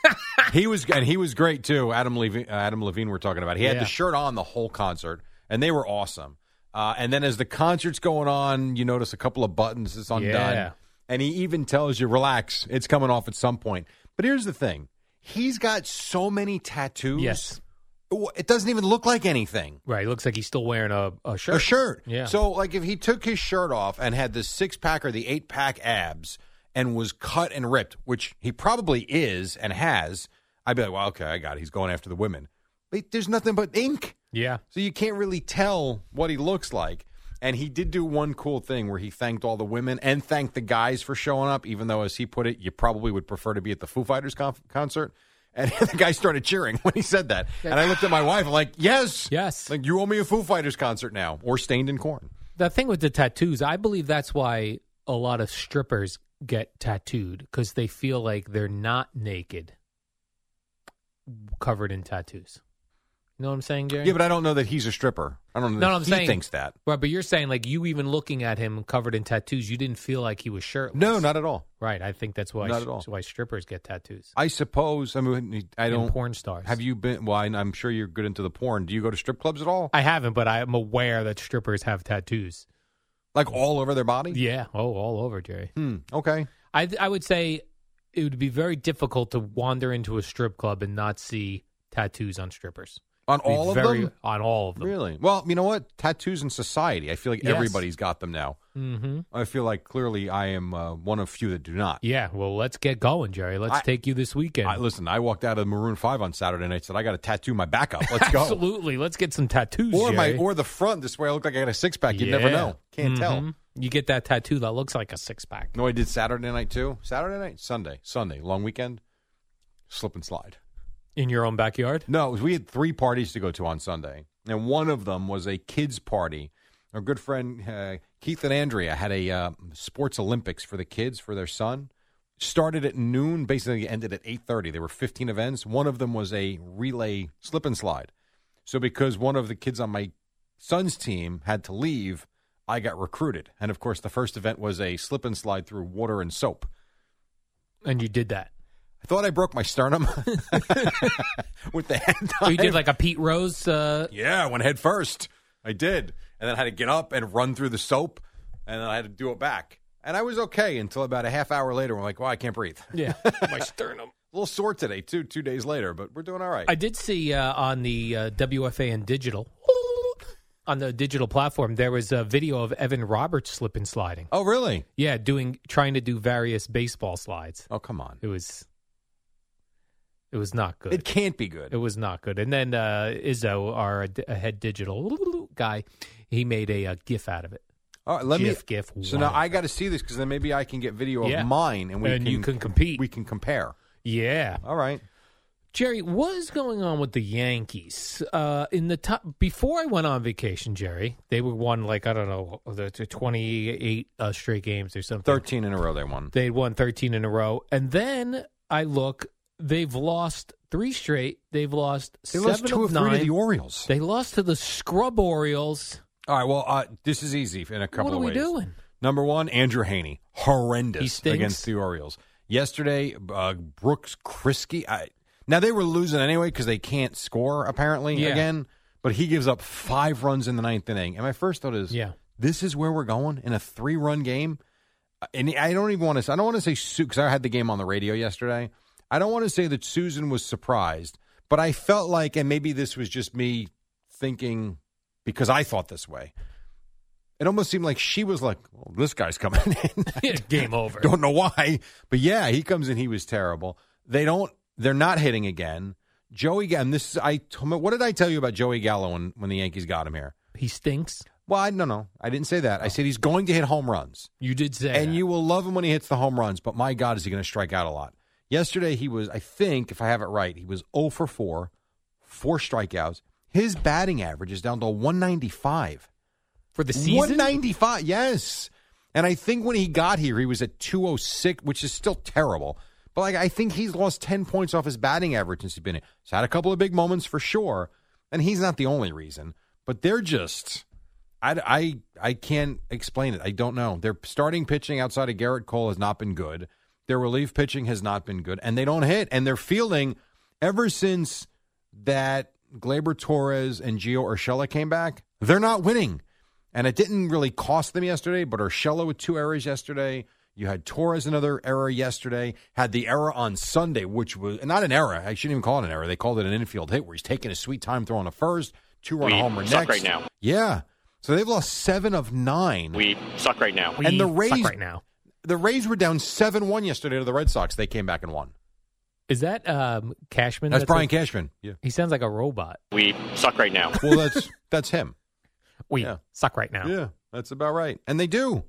[SPEAKER 4] he was and he was great too. Adam Levine, uh, Adam Levine, we're talking about. He had
[SPEAKER 2] Yeah.
[SPEAKER 4] the shirt on the whole concert, and they were awesome. Uh, and then as the concert's going on, you notice a couple of buttons that's undone,
[SPEAKER 2] Yeah.
[SPEAKER 4] and he even tells you, "Relax, it's coming off at some point." But here's the thing: he's got so many tattoos.
[SPEAKER 2] yes,
[SPEAKER 4] it doesn't even look like anything.
[SPEAKER 2] right. It looks like he's still wearing a, a shirt.
[SPEAKER 4] A shirt.
[SPEAKER 2] Yeah.
[SPEAKER 4] So like if he took his shirt off and had the six pack or the eight pack abs and was cut and ripped, which he probably is and has, I'd be like, well, okay, I got it. He's going after the women. But there's nothing but ink.
[SPEAKER 2] yeah.
[SPEAKER 4] So you can't really tell what he looks like. And he did do one cool thing where he thanked all the women and thanked the guys for showing up, even though, as he put it, you probably would prefer to be at the Foo Fighters conf- concert. And *laughs* the guy started cheering *laughs* when he said that. And I looked at my wife, I'm like, yes.
[SPEAKER 2] Yes.
[SPEAKER 4] Like, you owe me a Foo Fighters concert now, or Stained in Corn.
[SPEAKER 2] The thing with the tattoos, I believe that's why a lot of strippers get tattooed because they feel like they're not naked, covered in tattoos. You know what I'm saying, Jerry?
[SPEAKER 4] Yeah, but I don't know that he's a stripper. I don't know
[SPEAKER 2] No,
[SPEAKER 4] that
[SPEAKER 2] I'm
[SPEAKER 4] he
[SPEAKER 2] saying-
[SPEAKER 4] thinks that.
[SPEAKER 2] right. But you're saying like you even looking at him covered in tattoos, you didn't feel like he was shirtless.
[SPEAKER 4] No, not at all.
[SPEAKER 2] right. I think that's why
[SPEAKER 4] Not at all.
[SPEAKER 2] that's why strippers get tattoos.
[SPEAKER 4] I suppose, I mean, I
[SPEAKER 2] And
[SPEAKER 4] don't.
[SPEAKER 2] porn stars.
[SPEAKER 4] Have you been, well, I- I'm sure you're good into the porn. Do you go to strip clubs at all?
[SPEAKER 2] I haven't, but I'm aware that strippers have tattoos.
[SPEAKER 4] Like all over their body?
[SPEAKER 2] Yeah. Oh, all over, Jerry.
[SPEAKER 4] Hmm, okay.
[SPEAKER 2] I I would say it would be very difficult to wander into a strip club and not see tattoos on strippers.
[SPEAKER 4] On
[SPEAKER 2] Be
[SPEAKER 4] all of
[SPEAKER 2] very-
[SPEAKER 4] them?
[SPEAKER 2] On all of them.
[SPEAKER 4] Really? Well, you know what? Tattoos in society. I feel like
[SPEAKER 2] Yes.
[SPEAKER 4] everybody's got them now.
[SPEAKER 2] Mm-hmm.
[SPEAKER 4] I feel like clearly I am uh, one of few that do not.
[SPEAKER 2] Yeah. Well, let's get going, Jerry. Let's
[SPEAKER 4] I-
[SPEAKER 2] take you this weekend.
[SPEAKER 4] I, listen, I walked out of Maroon Five on Saturday night. Said I got to tattoo my back up.
[SPEAKER 2] *laughs*
[SPEAKER 4] Let's go.
[SPEAKER 2] Absolutely. Let's get some tattoos,
[SPEAKER 4] Or my
[SPEAKER 2] Jerry.
[SPEAKER 4] or the front. This way I look like I got a six pack. You never
[SPEAKER 2] Yeah.
[SPEAKER 4] know. Can't tell.
[SPEAKER 2] Mhm. You get that tattoo that looks like a six pack.
[SPEAKER 4] No, I did Saturday night too. Saturday night, Sunday, Sunday, long weekend, slip and slide.
[SPEAKER 2] In your own backyard?
[SPEAKER 4] No, it was- we had three parties to go to on Sunday, and one of them was a kids' party. Our good friend uh, Keith and Andrea had a uh, sports Olympics for the kids for their son. Started at noon, basically ended at eight thirty. There were fifteen events. One of them was a relay slip and slide. So because one of the kids on my son's team had to leave, I got recruited. And of course, the first event was a slip and slide through water and soap.
[SPEAKER 2] And you did
[SPEAKER 4] *laughs*
[SPEAKER 2] that.
[SPEAKER 4] I thought I broke my sternum *laughs* with the head
[SPEAKER 2] So you did like a Pete Rose. Uh,
[SPEAKER 4] Yeah, I went head first. I did. And then I had to get up and run through the soap, and then I had to do it back. And I was okay until about a half hour later. I'm like, well, I can't breathe. A
[SPEAKER 2] yeah, *laughs* my sternum.
[SPEAKER 4] little sore today, too, two days later, but we're doing all right.
[SPEAKER 2] I did see uh, on the uh, WFA and digital on the digital platform there was a video of Evan Roberts slip and sliding.
[SPEAKER 4] oh, really?
[SPEAKER 2] Yeah, doing trying to do various baseball slides.
[SPEAKER 4] Oh, come on.
[SPEAKER 2] It was it was not good.
[SPEAKER 4] It can't be
[SPEAKER 2] It
[SPEAKER 4] good.
[SPEAKER 2] was not good. And then uh, Izzo, our d- uh, head digital guy, he made a, uh GIF out of it.
[SPEAKER 4] All right, let
[SPEAKER 2] GIF,
[SPEAKER 4] me.
[SPEAKER 2] GIF.
[SPEAKER 4] So now I got to see this because then maybe I can get video
[SPEAKER 2] Yeah.
[SPEAKER 4] of mine, and we
[SPEAKER 2] And
[SPEAKER 4] can,
[SPEAKER 2] you can compete.
[SPEAKER 4] We can compare.
[SPEAKER 2] yeah.
[SPEAKER 4] All right.
[SPEAKER 2] Jerry, what is going on with the Yankees? Uh, in the top before I went on vacation, Jerry, they were won like I don't know, the the twenty-eight uh, straight games or something.
[SPEAKER 4] Thirteen in a row, they won.
[SPEAKER 2] They won thirteen in a row, and then I look, they've lost three straight. They've lost
[SPEAKER 4] They
[SPEAKER 2] seven
[SPEAKER 4] lost two
[SPEAKER 2] of
[SPEAKER 4] of
[SPEAKER 2] nine.
[SPEAKER 4] three to the Orioles.
[SPEAKER 2] They lost to the Scrub Orioles.
[SPEAKER 4] All right. Well, uh, this is easy in a couple
[SPEAKER 2] what are
[SPEAKER 4] of
[SPEAKER 2] we
[SPEAKER 4] ways. *laughs*
[SPEAKER 2] doing?
[SPEAKER 4] Number one, Andrew Haney,
[SPEAKER 2] He
[SPEAKER 4] horrendous
[SPEAKER 2] stinks.
[SPEAKER 4] against the Orioles. Yesterday, uh, Brooks Krisky. I, now they were losing anyway because they can't score apparently
[SPEAKER 2] Yeah.
[SPEAKER 4] again. But he gives up five runs in the ninth inning, and my first thought is,
[SPEAKER 2] Yeah.
[SPEAKER 4] this is where we're going in a three-run game. Uh, And I don't even want to. I don't want to say Sue because I had the game on the radio yesterday. I don't want to say that Susan was surprised, but I felt like, and maybe this was just me thinking because I thought this way. It almost seemed like she was like, well, "This guy's coming *laughs* in."
[SPEAKER 2] *laughs* Game over.
[SPEAKER 4] don't know why, but yeah, he comes in. He was terrible. They don't. They're not hitting again. Joey Gallo. This is I. t- What did I tell you about Joey Gallo when, when the Yankees got him here?
[SPEAKER 2] He stinks.
[SPEAKER 4] Well, I, no, no, I didn't say that. I said he's going to hit home runs
[SPEAKER 2] You did say,
[SPEAKER 4] and
[SPEAKER 2] that.
[SPEAKER 4] you will love him when he hits the home runs. But my God, is he going to strike out a lot? Yesterday, he was, I think, if I have it right, he was 0 for 4, four strikeouts. His batting average is down to 195.
[SPEAKER 2] for the season.
[SPEAKER 4] 195, yes. And I think when he got here, he was at 206, which is still terrible. But like, I think he's lost 10 points off his batting average since he's been here. He's had a couple of big moments for sure. And he's not the only reason, but they're just. I, I, I can't explain it. I don't know. Their starting pitching outside of Garrett Cole has not been good. Their relief pitching has not been good, and they don't hit. And they're fielding ever since that Glaber Torres and Gio Urshela came back, they're not winning. And it didn't really cost them yesterday, but Urshela with two errors yesterday. You had Torres another error yesterday. Had the error on Sunday, which was not an error. I shouldn't even call it an error. They called it an infield hit where he's taking his sweet time throwing a first, two run homer next. right now. Yeah. So they've lost seven of nine.
[SPEAKER 2] We
[SPEAKER 4] and the
[SPEAKER 2] suck
[SPEAKER 4] Rays-
[SPEAKER 2] right now.
[SPEAKER 4] the Rays were down seven one yesterday to the Red Sox. They came back and won.
[SPEAKER 2] Is that um, Cashman?
[SPEAKER 4] That's, Brian
[SPEAKER 2] like-
[SPEAKER 4] Cashman. Yeah.
[SPEAKER 2] he sounds like a robot.
[SPEAKER 4] Well, that's *laughs* that's him.
[SPEAKER 2] We
[SPEAKER 4] Yeah.
[SPEAKER 2] suck right now.
[SPEAKER 4] Yeah, that's about right. And they do.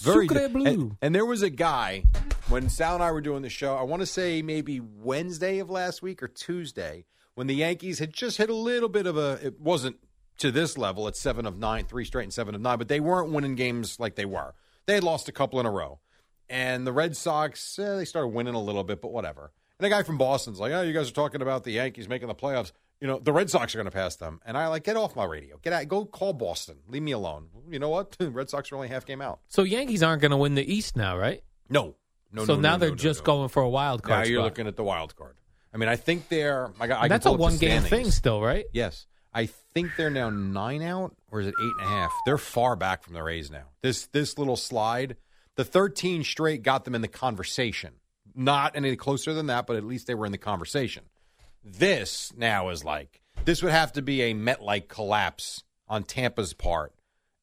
[SPEAKER 4] Very
[SPEAKER 2] Sucre
[SPEAKER 4] di-
[SPEAKER 2] Blue.
[SPEAKER 4] And, and there was a guy when Sal and I were doing the show, I want to say maybe Wednesday of last week or Tuesday, when the Yankees had just hit a little bit of a it wasn't to this level at seven of nine, three straight and seven of nine, but they weren't winning games like they were. They had lost a couple in a row. And the Red Sox, eh, they started winning a little bit, but whatever. And a guy from Boston's like, oh, you guys are talking about the Yankees making the playoffs. You know, the Red Sox are going to pass them. And I like, get off my radio. Get out. Go call Boston. Leave me alone. You know what? *laughs* Red Sox are only half game out.
[SPEAKER 2] So Yankees aren't going to win the East now, right?
[SPEAKER 4] No. No,
[SPEAKER 2] so
[SPEAKER 4] no,
[SPEAKER 2] now
[SPEAKER 4] no,
[SPEAKER 2] they're
[SPEAKER 4] no, no,
[SPEAKER 2] just
[SPEAKER 4] no.
[SPEAKER 2] going for a wild
[SPEAKER 4] Now
[SPEAKER 2] card.
[SPEAKER 4] you're
[SPEAKER 2] spot.
[SPEAKER 4] looking at the wild card. I mean, I think they're. I got, I can
[SPEAKER 2] that's a
[SPEAKER 4] pull up the
[SPEAKER 2] one game thing
[SPEAKER 4] standings.
[SPEAKER 2] still, right?
[SPEAKER 4] Yes. I think they're now nine out, or is it eight and a half? They're far back from the Rays now. This this little slide, the thirteen straight got them in the conversation. Not any closer than that, but at least they were in the conversation. This now is like this would have to be a Met like collapse on Tampa's part,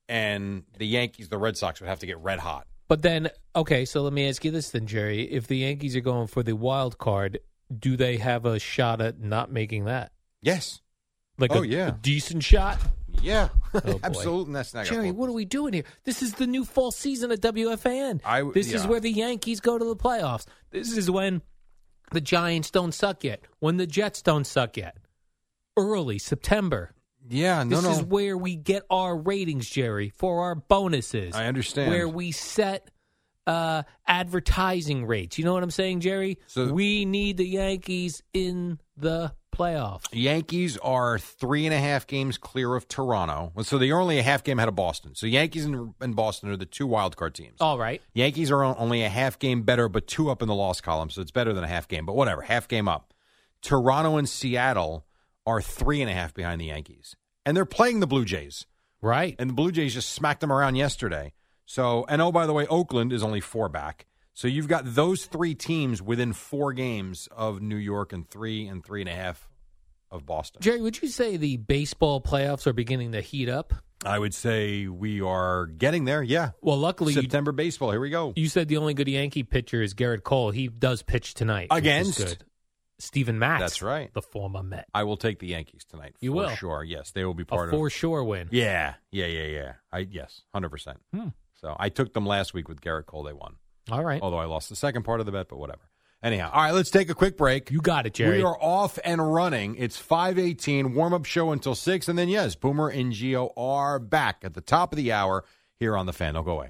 [SPEAKER 4] and the Yankees, the Red Sox would have to get red hot.
[SPEAKER 2] But then, okay, so let me ask you this then, Jerry: If the Yankees are going for the wild card, do they have a shot at not making that?
[SPEAKER 4] Yes.
[SPEAKER 2] Like
[SPEAKER 4] Oh,
[SPEAKER 2] a,
[SPEAKER 4] yeah.
[SPEAKER 2] a decent shot.
[SPEAKER 4] Yeah,
[SPEAKER 2] Oh, boy.
[SPEAKER 4] *laughs* absolutely. And that's not gonna
[SPEAKER 2] Jerry,
[SPEAKER 4] work.
[SPEAKER 2] what are we doing here? This is the new fall season at WFAN.
[SPEAKER 4] I w-
[SPEAKER 2] this is
[SPEAKER 4] yeah.
[SPEAKER 2] where the Yankees go to the playoffs. This is when the Giants don't suck yet, when the Jets don't suck yet. Early September.
[SPEAKER 4] Yeah, no,
[SPEAKER 2] This
[SPEAKER 4] no.
[SPEAKER 2] is where we get our ratings, Jerry, for our bonuses.
[SPEAKER 4] I understand.
[SPEAKER 2] Where we set uh, advertising rates. You know what I'm saying, Jerry?
[SPEAKER 4] So-
[SPEAKER 2] we need the Yankees in the playoffs.
[SPEAKER 4] Yankees are three and a half games clear of Toronto, so they're only a half game ahead of Boston. So Yankees and, and Boston are the two wild card teams.
[SPEAKER 2] All right.
[SPEAKER 4] Yankees are on- only a half game better, but two up in the loss column, so it's better than a half game. But whatever, half game up. Toronto and Seattle are three and a half behind the Yankees, and they're playing the Blue Jays,
[SPEAKER 2] Right.
[SPEAKER 4] and the Blue Jays just smacked them around yesterday. So, and oh by the way, Oakland is only four back. So you've got those three teams within four games of New York and three and three and a half of Boston.
[SPEAKER 2] Jerry, would you say the baseball playoffs are beginning to heat up?
[SPEAKER 4] I would say we are getting there. Yeah,
[SPEAKER 2] Well, luckily, you,
[SPEAKER 4] September baseball. Here we go.
[SPEAKER 2] you said the only good Yankee pitcher is Garrett Cole. He does pitch tonight. which is
[SPEAKER 4] Against?
[SPEAKER 2] good. Stephen Matz.
[SPEAKER 4] That's right.
[SPEAKER 2] The former Met.
[SPEAKER 4] I will take the Yankees tonight.
[SPEAKER 2] You
[SPEAKER 4] for
[SPEAKER 2] will?
[SPEAKER 4] sure. Yes, they will be part
[SPEAKER 2] A
[SPEAKER 4] of.
[SPEAKER 2] for sure win.
[SPEAKER 4] Yeah, yeah, yeah, yeah. I yes, hundred percent.
[SPEAKER 2] Hmm.
[SPEAKER 4] So I took them last week with Garrett Cole. They won,
[SPEAKER 2] All right.
[SPEAKER 4] although I lost the second part of the bet, but whatever. Anyhow, all right, let's take a quick break.
[SPEAKER 2] You got it, Jerry.
[SPEAKER 4] We are off and running. It's five eighteen. Warm up show until six, and then yes, Boomer and Geo are back at the top of the hour here on the Fan. Don't go away.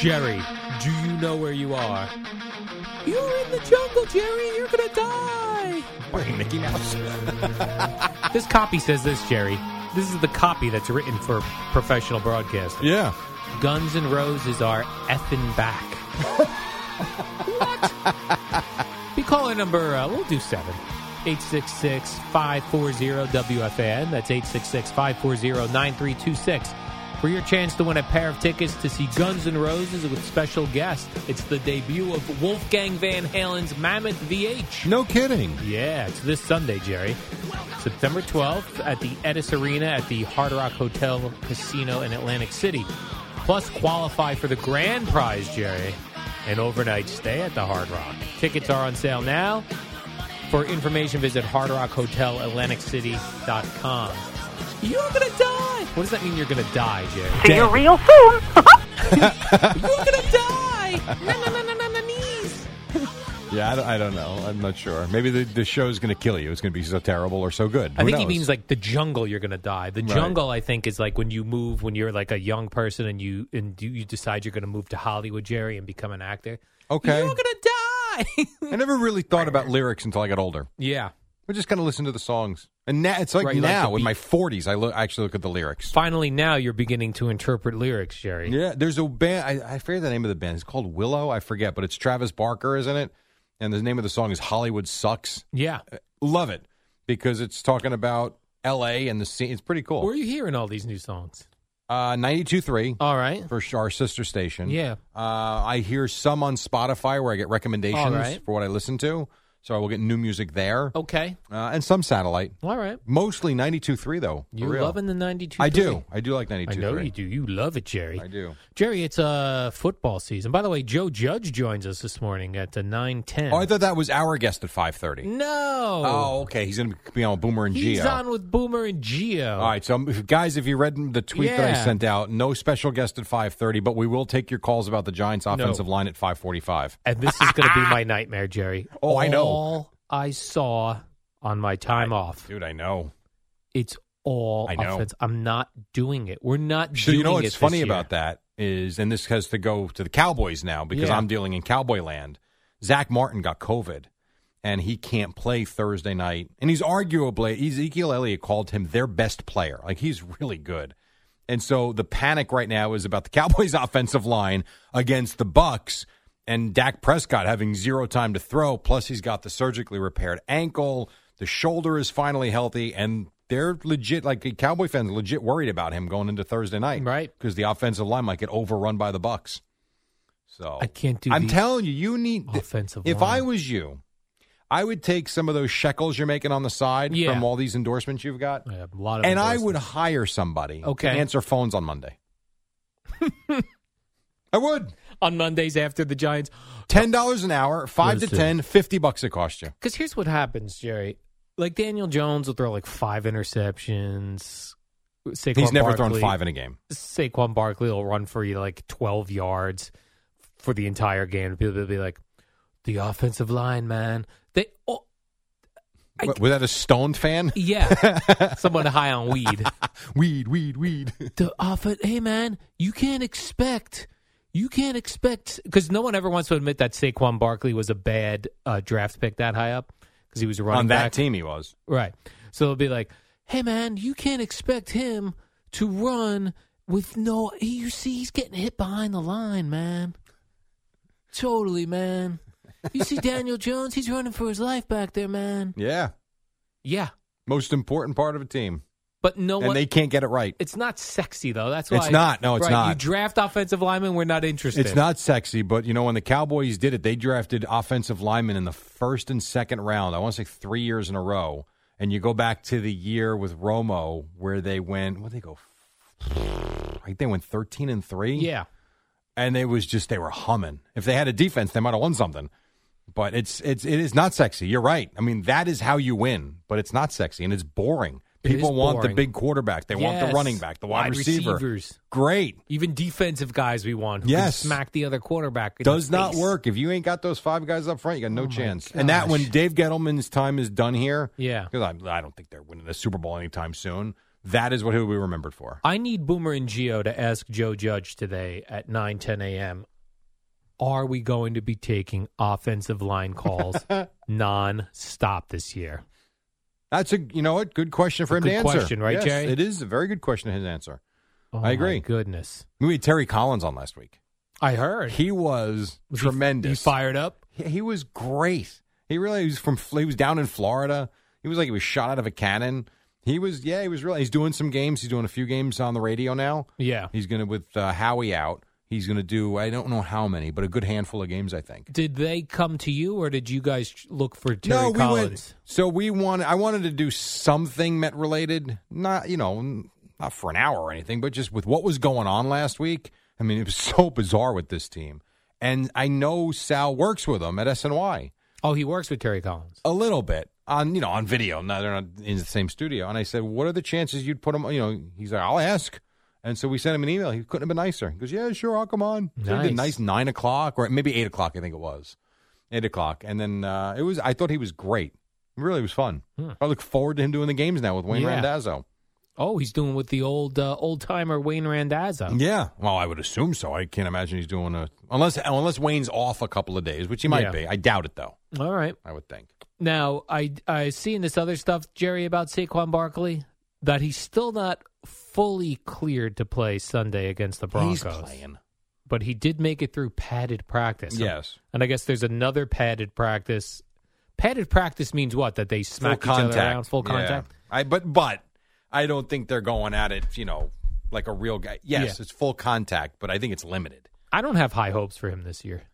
[SPEAKER 2] Jerry, do you know where you are? You're in the jungle, Jerry. You're going to die.
[SPEAKER 4] Wait, Mickey Mouse.
[SPEAKER 2] this copy says this, Jerry. This is the copy that's written for professional broadcasting.
[SPEAKER 4] yeah.
[SPEAKER 2] Guns and Roses are effing back. what? Be caller number, uh, we'll do seven. 866 540 WFAN. That's 866 540 9326. For your chance to win a pair of tickets to see Guns N' Roses with special guest, it's the debut of Wolfgang Van Halen's Mammoth VH.
[SPEAKER 4] No kidding.
[SPEAKER 2] Yeah, it's this Sunday, Jerry. September 12th at the Edis Arena at the Hard Rock Hotel Casino in Atlantic City. Plus, qualify for the grand prize, Jerry, an overnight stay at the Hard Rock. Tickets are on sale now. For information, visit hardrockhotelatlanticcity.com. You're going to die! What does that mean you're going to die, Jerry?
[SPEAKER 5] See you real soon. *laughs*
[SPEAKER 2] *laughs* You're going to die! No, no, no, no, no, no, knees!
[SPEAKER 4] Yeah, I don't, I don't know. I'm not sure. Maybe the, the show is going to kill you. It's going to be so terrible or so good.
[SPEAKER 2] I
[SPEAKER 4] Who
[SPEAKER 2] think he
[SPEAKER 4] knows?
[SPEAKER 2] means like the jungle. You're going to die. The
[SPEAKER 4] Right.
[SPEAKER 2] jungle, I think, is like when you move when you're like a young person and you and you, you decide you're going to move to Hollywood, Jerry, and become an actor.
[SPEAKER 4] Okay.
[SPEAKER 2] You're going to die. *laughs*
[SPEAKER 4] I never really thought about lyrics until I got older.
[SPEAKER 2] yeah.
[SPEAKER 4] We're just gonna listen to the songs, and now it's like
[SPEAKER 2] Right, you like
[SPEAKER 4] now
[SPEAKER 2] the
[SPEAKER 4] in
[SPEAKER 2] beat.
[SPEAKER 4] my forties, I look I actually look at the lyrics.
[SPEAKER 2] Finally, now you're beginning to interpret lyrics, Jerry.
[SPEAKER 4] Yeah, there's a band. I, I forget the name of the band. It's called Willow. I forget, but it's Travis Barker, isn't it? And the name of the song is Hollywood Sucks.
[SPEAKER 2] Yeah.
[SPEAKER 4] Love it because it's talking about L.A. and the scene. It's pretty cool.
[SPEAKER 2] Where are you hearing all these new songs?
[SPEAKER 4] Uh, Ninety-two three
[SPEAKER 2] All right.
[SPEAKER 4] for sh- our sister station.
[SPEAKER 2] Yeah.
[SPEAKER 4] Uh, I hear some on Spotify where I get recommendations
[SPEAKER 2] All right. Oh.
[SPEAKER 4] for what I listen to, so I will get new music there
[SPEAKER 2] Okay.
[SPEAKER 4] uh, and some satellite.
[SPEAKER 2] All right.
[SPEAKER 4] Mostly 92.3, though. for
[SPEAKER 2] You're
[SPEAKER 4] real.
[SPEAKER 2] loving the 92.
[SPEAKER 4] I do. I do like 92.3.
[SPEAKER 2] I know you do. You love it, Jerry.
[SPEAKER 4] I do.
[SPEAKER 2] Jerry, it's uh, football season. By the way, Joe Judge joins us this morning at uh, 9.10.
[SPEAKER 4] Oh, I thought that was our guest at 5.30.
[SPEAKER 2] no.
[SPEAKER 4] Oh, okay. He's going to be on Boomer and
[SPEAKER 2] He's
[SPEAKER 4] Geo.
[SPEAKER 2] on with Boomer and Geo.
[SPEAKER 4] All right. So, um, if- guys, if you read the tweet that I
[SPEAKER 2] Yeah.
[SPEAKER 4] sent out, no special guest at 5.30, but we will take your calls about the Giants' offensive line at 5.45.
[SPEAKER 2] And this is
[SPEAKER 4] *laughs*
[SPEAKER 2] going to be my nightmare, Jerry.
[SPEAKER 4] Oh, I know.
[SPEAKER 2] All I saw on my time off,
[SPEAKER 4] Dude, I know.
[SPEAKER 2] it's all
[SPEAKER 4] I know.
[SPEAKER 2] offense. I'm not doing it. We're not
[SPEAKER 4] So,
[SPEAKER 2] doing
[SPEAKER 4] you know
[SPEAKER 2] it
[SPEAKER 4] what's
[SPEAKER 2] this
[SPEAKER 4] funny
[SPEAKER 2] year.
[SPEAKER 4] about that is, and this has to go to the Cowboys now because
[SPEAKER 2] Yeah.
[SPEAKER 4] I'm dealing in Cowboy land. Zach Martin got COVID, and he can't play Thursday night. And he's arguably Ezekiel Elliott called him their best player. Like he's really good. And so the panic right now is about the *laughs* Cowboys' offensive line against the Bucks and Dak Prescott having zero time to throw. Plus, he's got the surgically repaired ankle. The shoulder is finally healthy, and they're legit, like the Cowboy fans, legit worried about him going into Thursday night,
[SPEAKER 2] right?
[SPEAKER 4] Because the offensive line might get overrun by the Bucks. So
[SPEAKER 2] I can't do.
[SPEAKER 4] I'm telling you, you need
[SPEAKER 2] offensive.
[SPEAKER 4] If
[SPEAKER 2] line.
[SPEAKER 4] I was you, I would take some of those shekels you're making on the side
[SPEAKER 2] Yeah.
[SPEAKER 4] from all these endorsements you've got,
[SPEAKER 2] I have a lot of
[SPEAKER 4] and I
[SPEAKER 2] endorsements.
[SPEAKER 4] would hire somebody
[SPEAKER 2] Okay.
[SPEAKER 4] to answer phones
[SPEAKER 2] *laughs*
[SPEAKER 4] on Monday. I would.
[SPEAKER 2] on Mondays after the Giants.
[SPEAKER 4] Ten dollars an hour, five to
[SPEAKER 2] Listen.
[SPEAKER 4] ten, fifty bucks it cost you.
[SPEAKER 2] Because here's what happens, Jerry. Like Daniel Jones will throw like five interceptions. Saquon
[SPEAKER 4] He's never
[SPEAKER 2] Barkley-
[SPEAKER 4] thrown five in a game.
[SPEAKER 2] Saquon Barkley will run for you like 12 yards for the entire game. People will be like, the offensive line, man. They, oh, I-
[SPEAKER 4] Wa- was that a
[SPEAKER 2] *laughs*
[SPEAKER 4] stoned fan? *laughs*
[SPEAKER 2] yeah, someone high on weed.
[SPEAKER 4] Weed, weed, weed.
[SPEAKER 2] The offense, hey man, you can't expect, you can't expect because no one ever wants to admit that Saquon Barkley was a bad uh, draft pick that high up because he was a running
[SPEAKER 4] on that
[SPEAKER 2] back.
[SPEAKER 4] team, he was.
[SPEAKER 2] Right. So it'll be like, hey, man, you can't expect him to run with no. You see, he's getting hit behind the line, man. Totally, man. You see Daniel *laughs* Jones, he's running for his life back there, man.
[SPEAKER 4] Yeah,
[SPEAKER 2] Yeah.
[SPEAKER 4] most important part of a team,
[SPEAKER 2] But no
[SPEAKER 4] and
[SPEAKER 2] one.
[SPEAKER 4] they can't get it right.
[SPEAKER 2] it's not sexy, though. That's why.
[SPEAKER 4] It's not. No, it's
[SPEAKER 2] Right. You
[SPEAKER 4] not.
[SPEAKER 2] draft offensive linemen, we're not interested.
[SPEAKER 4] It's not sexy, but you know when the Cowboys did it, they drafted offensive linemen in the first and second round. I want to say three years in a row. And you go back to the year with Romo where they went. What they go? *sighs* I think they went thirteen and three.
[SPEAKER 2] Yeah.
[SPEAKER 4] and it was just they were humming. If they had a defense, they might have won something. But it's it's it is not sexy. You're right. I mean, that is how you win, but it's not sexy and it's boring.
[SPEAKER 2] It is
[SPEAKER 4] People want
[SPEAKER 2] boring.
[SPEAKER 4] the big quarterback. They want the
[SPEAKER 2] Yes.
[SPEAKER 4] running back, the wide,
[SPEAKER 2] Wide
[SPEAKER 4] receiver.
[SPEAKER 2] receivers.
[SPEAKER 4] Great.
[SPEAKER 2] Even defensive guys we want who
[SPEAKER 4] Yes.
[SPEAKER 2] can smack the other quarterback. in
[SPEAKER 4] Does
[SPEAKER 2] the
[SPEAKER 4] not
[SPEAKER 2] face.
[SPEAKER 4] work. If you ain't got those five guys up front, you got no chance.
[SPEAKER 2] Oh gosh.
[SPEAKER 4] And that when Dave Gettleman's time is done here,
[SPEAKER 2] Yeah.
[SPEAKER 4] because I, I don't think they're winning the Super Bowl anytime soon. That is what he'll be remembered for.
[SPEAKER 2] I need Boomer and Geo to ask Joe Judge today at nine ten a.m. Are we going to be taking offensive line *laughs* calls non-stop this year?
[SPEAKER 4] That's a you know what good question for
[SPEAKER 2] A
[SPEAKER 4] him
[SPEAKER 2] good
[SPEAKER 4] to answer.
[SPEAKER 2] question, right,
[SPEAKER 4] Yes,
[SPEAKER 2] Jay?
[SPEAKER 4] It is a very good question to his answer.
[SPEAKER 2] Oh,
[SPEAKER 4] I agree.
[SPEAKER 2] My goodness,
[SPEAKER 4] We had Terry Collins on last week.
[SPEAKER 2] I heard
[SPEAKER 4] He was,
[SPEAKER 2] Was he-
[SPEAKER 4] tremendous.
[SPEAKER 2] He, fired up.
[SPEAKER 4] He, he was great. He really he was from. He was down in Florida. He was like he was shot out of a cannon. He was yeah. He was really. He's doing some games. He's doing a few games on the radio now.
[SPEAKER 2] Yeah.
[SPEAKER 4] He's gonna with uh, Howie out. He's gonna do I don't know how many, but a good handful of games I think.
[SPEAKER 2] Did they come to you, or did you guys look for Terry
[SPEAKER 4] no, we
[SPEAKER 2] Collins?
[SPEAKER 4] went. So we wanted. I wanted to do something Met related. Not you know not for an hour or anything, but just with what was going on last week. I mean, it was *laughs* so bizarre with this team. And I know Sal works with them at SNY.
[SPEAKER 2] Oh, he works with Terry Collins.
[SPEAKER 4] a little bit on you know on video. Now they're not in the same studio. And I said, "What are the chances you'd put him?" You know, he's like, "I'll ask." And so we sent him an email. He couldn't have been nicer. He goes, "Yeah, sure, I'll come on." So he did a
[SPEAKER 2] Nice.
[SPEAKER 4] nice nine o'clock or maybe eight o'clock. I think it was eight o'clock. And then uh, it was. I thought he was great. It really was fun. I look forward to him doing the games now with Wayne
[SPEAKER 2] Hmm. Yeah.
[SPEAKER 4] Randazzo.
[SPEAKER 2] Oh, he's doing with the old uh, old timer Wayne Randazzo.
[SPEAKER 4] Yeah. Well, I would assume so. I can't imagine he's doing a unless unless Wayne's off a couple of days, which he might
[SPEAKER 2] Yeah.
[SPEAKER 4] be. I doubt it though.
[SPEAKER 2] All right.
[SPEAKER 4] I would think.
[SPEAKER 2] Now, I I seen this other stuff, Jerry, about Saquon Barkley that he's still not fully cleared to play Sunday against the Broncos,
[SPEAKER 4] He's playing.
[SPEAKER 2] but he did make it through padded practice.
[SPEAKER 4] Yes.
[SPEAKER 2] and I guess there's another padded practice. Padded practice means what? That they smack
[SPEAKER 4] full
[SPEAKER 2] each
[SPEAKER 4] contact.
[SPEAKER 2] other around, full
[SPEAKER 4] Yeah.
[SPEAKER 2] contact.
[SPEAKER 4] I but but I don't think they're going at it. You know, like a real guy. Yes,
[SPEAKER 2] Yeah.
[SPEAKER 4] it's full contact, but I think it's limited.
[SPEAKER 2] I don't have high hopes for him this year.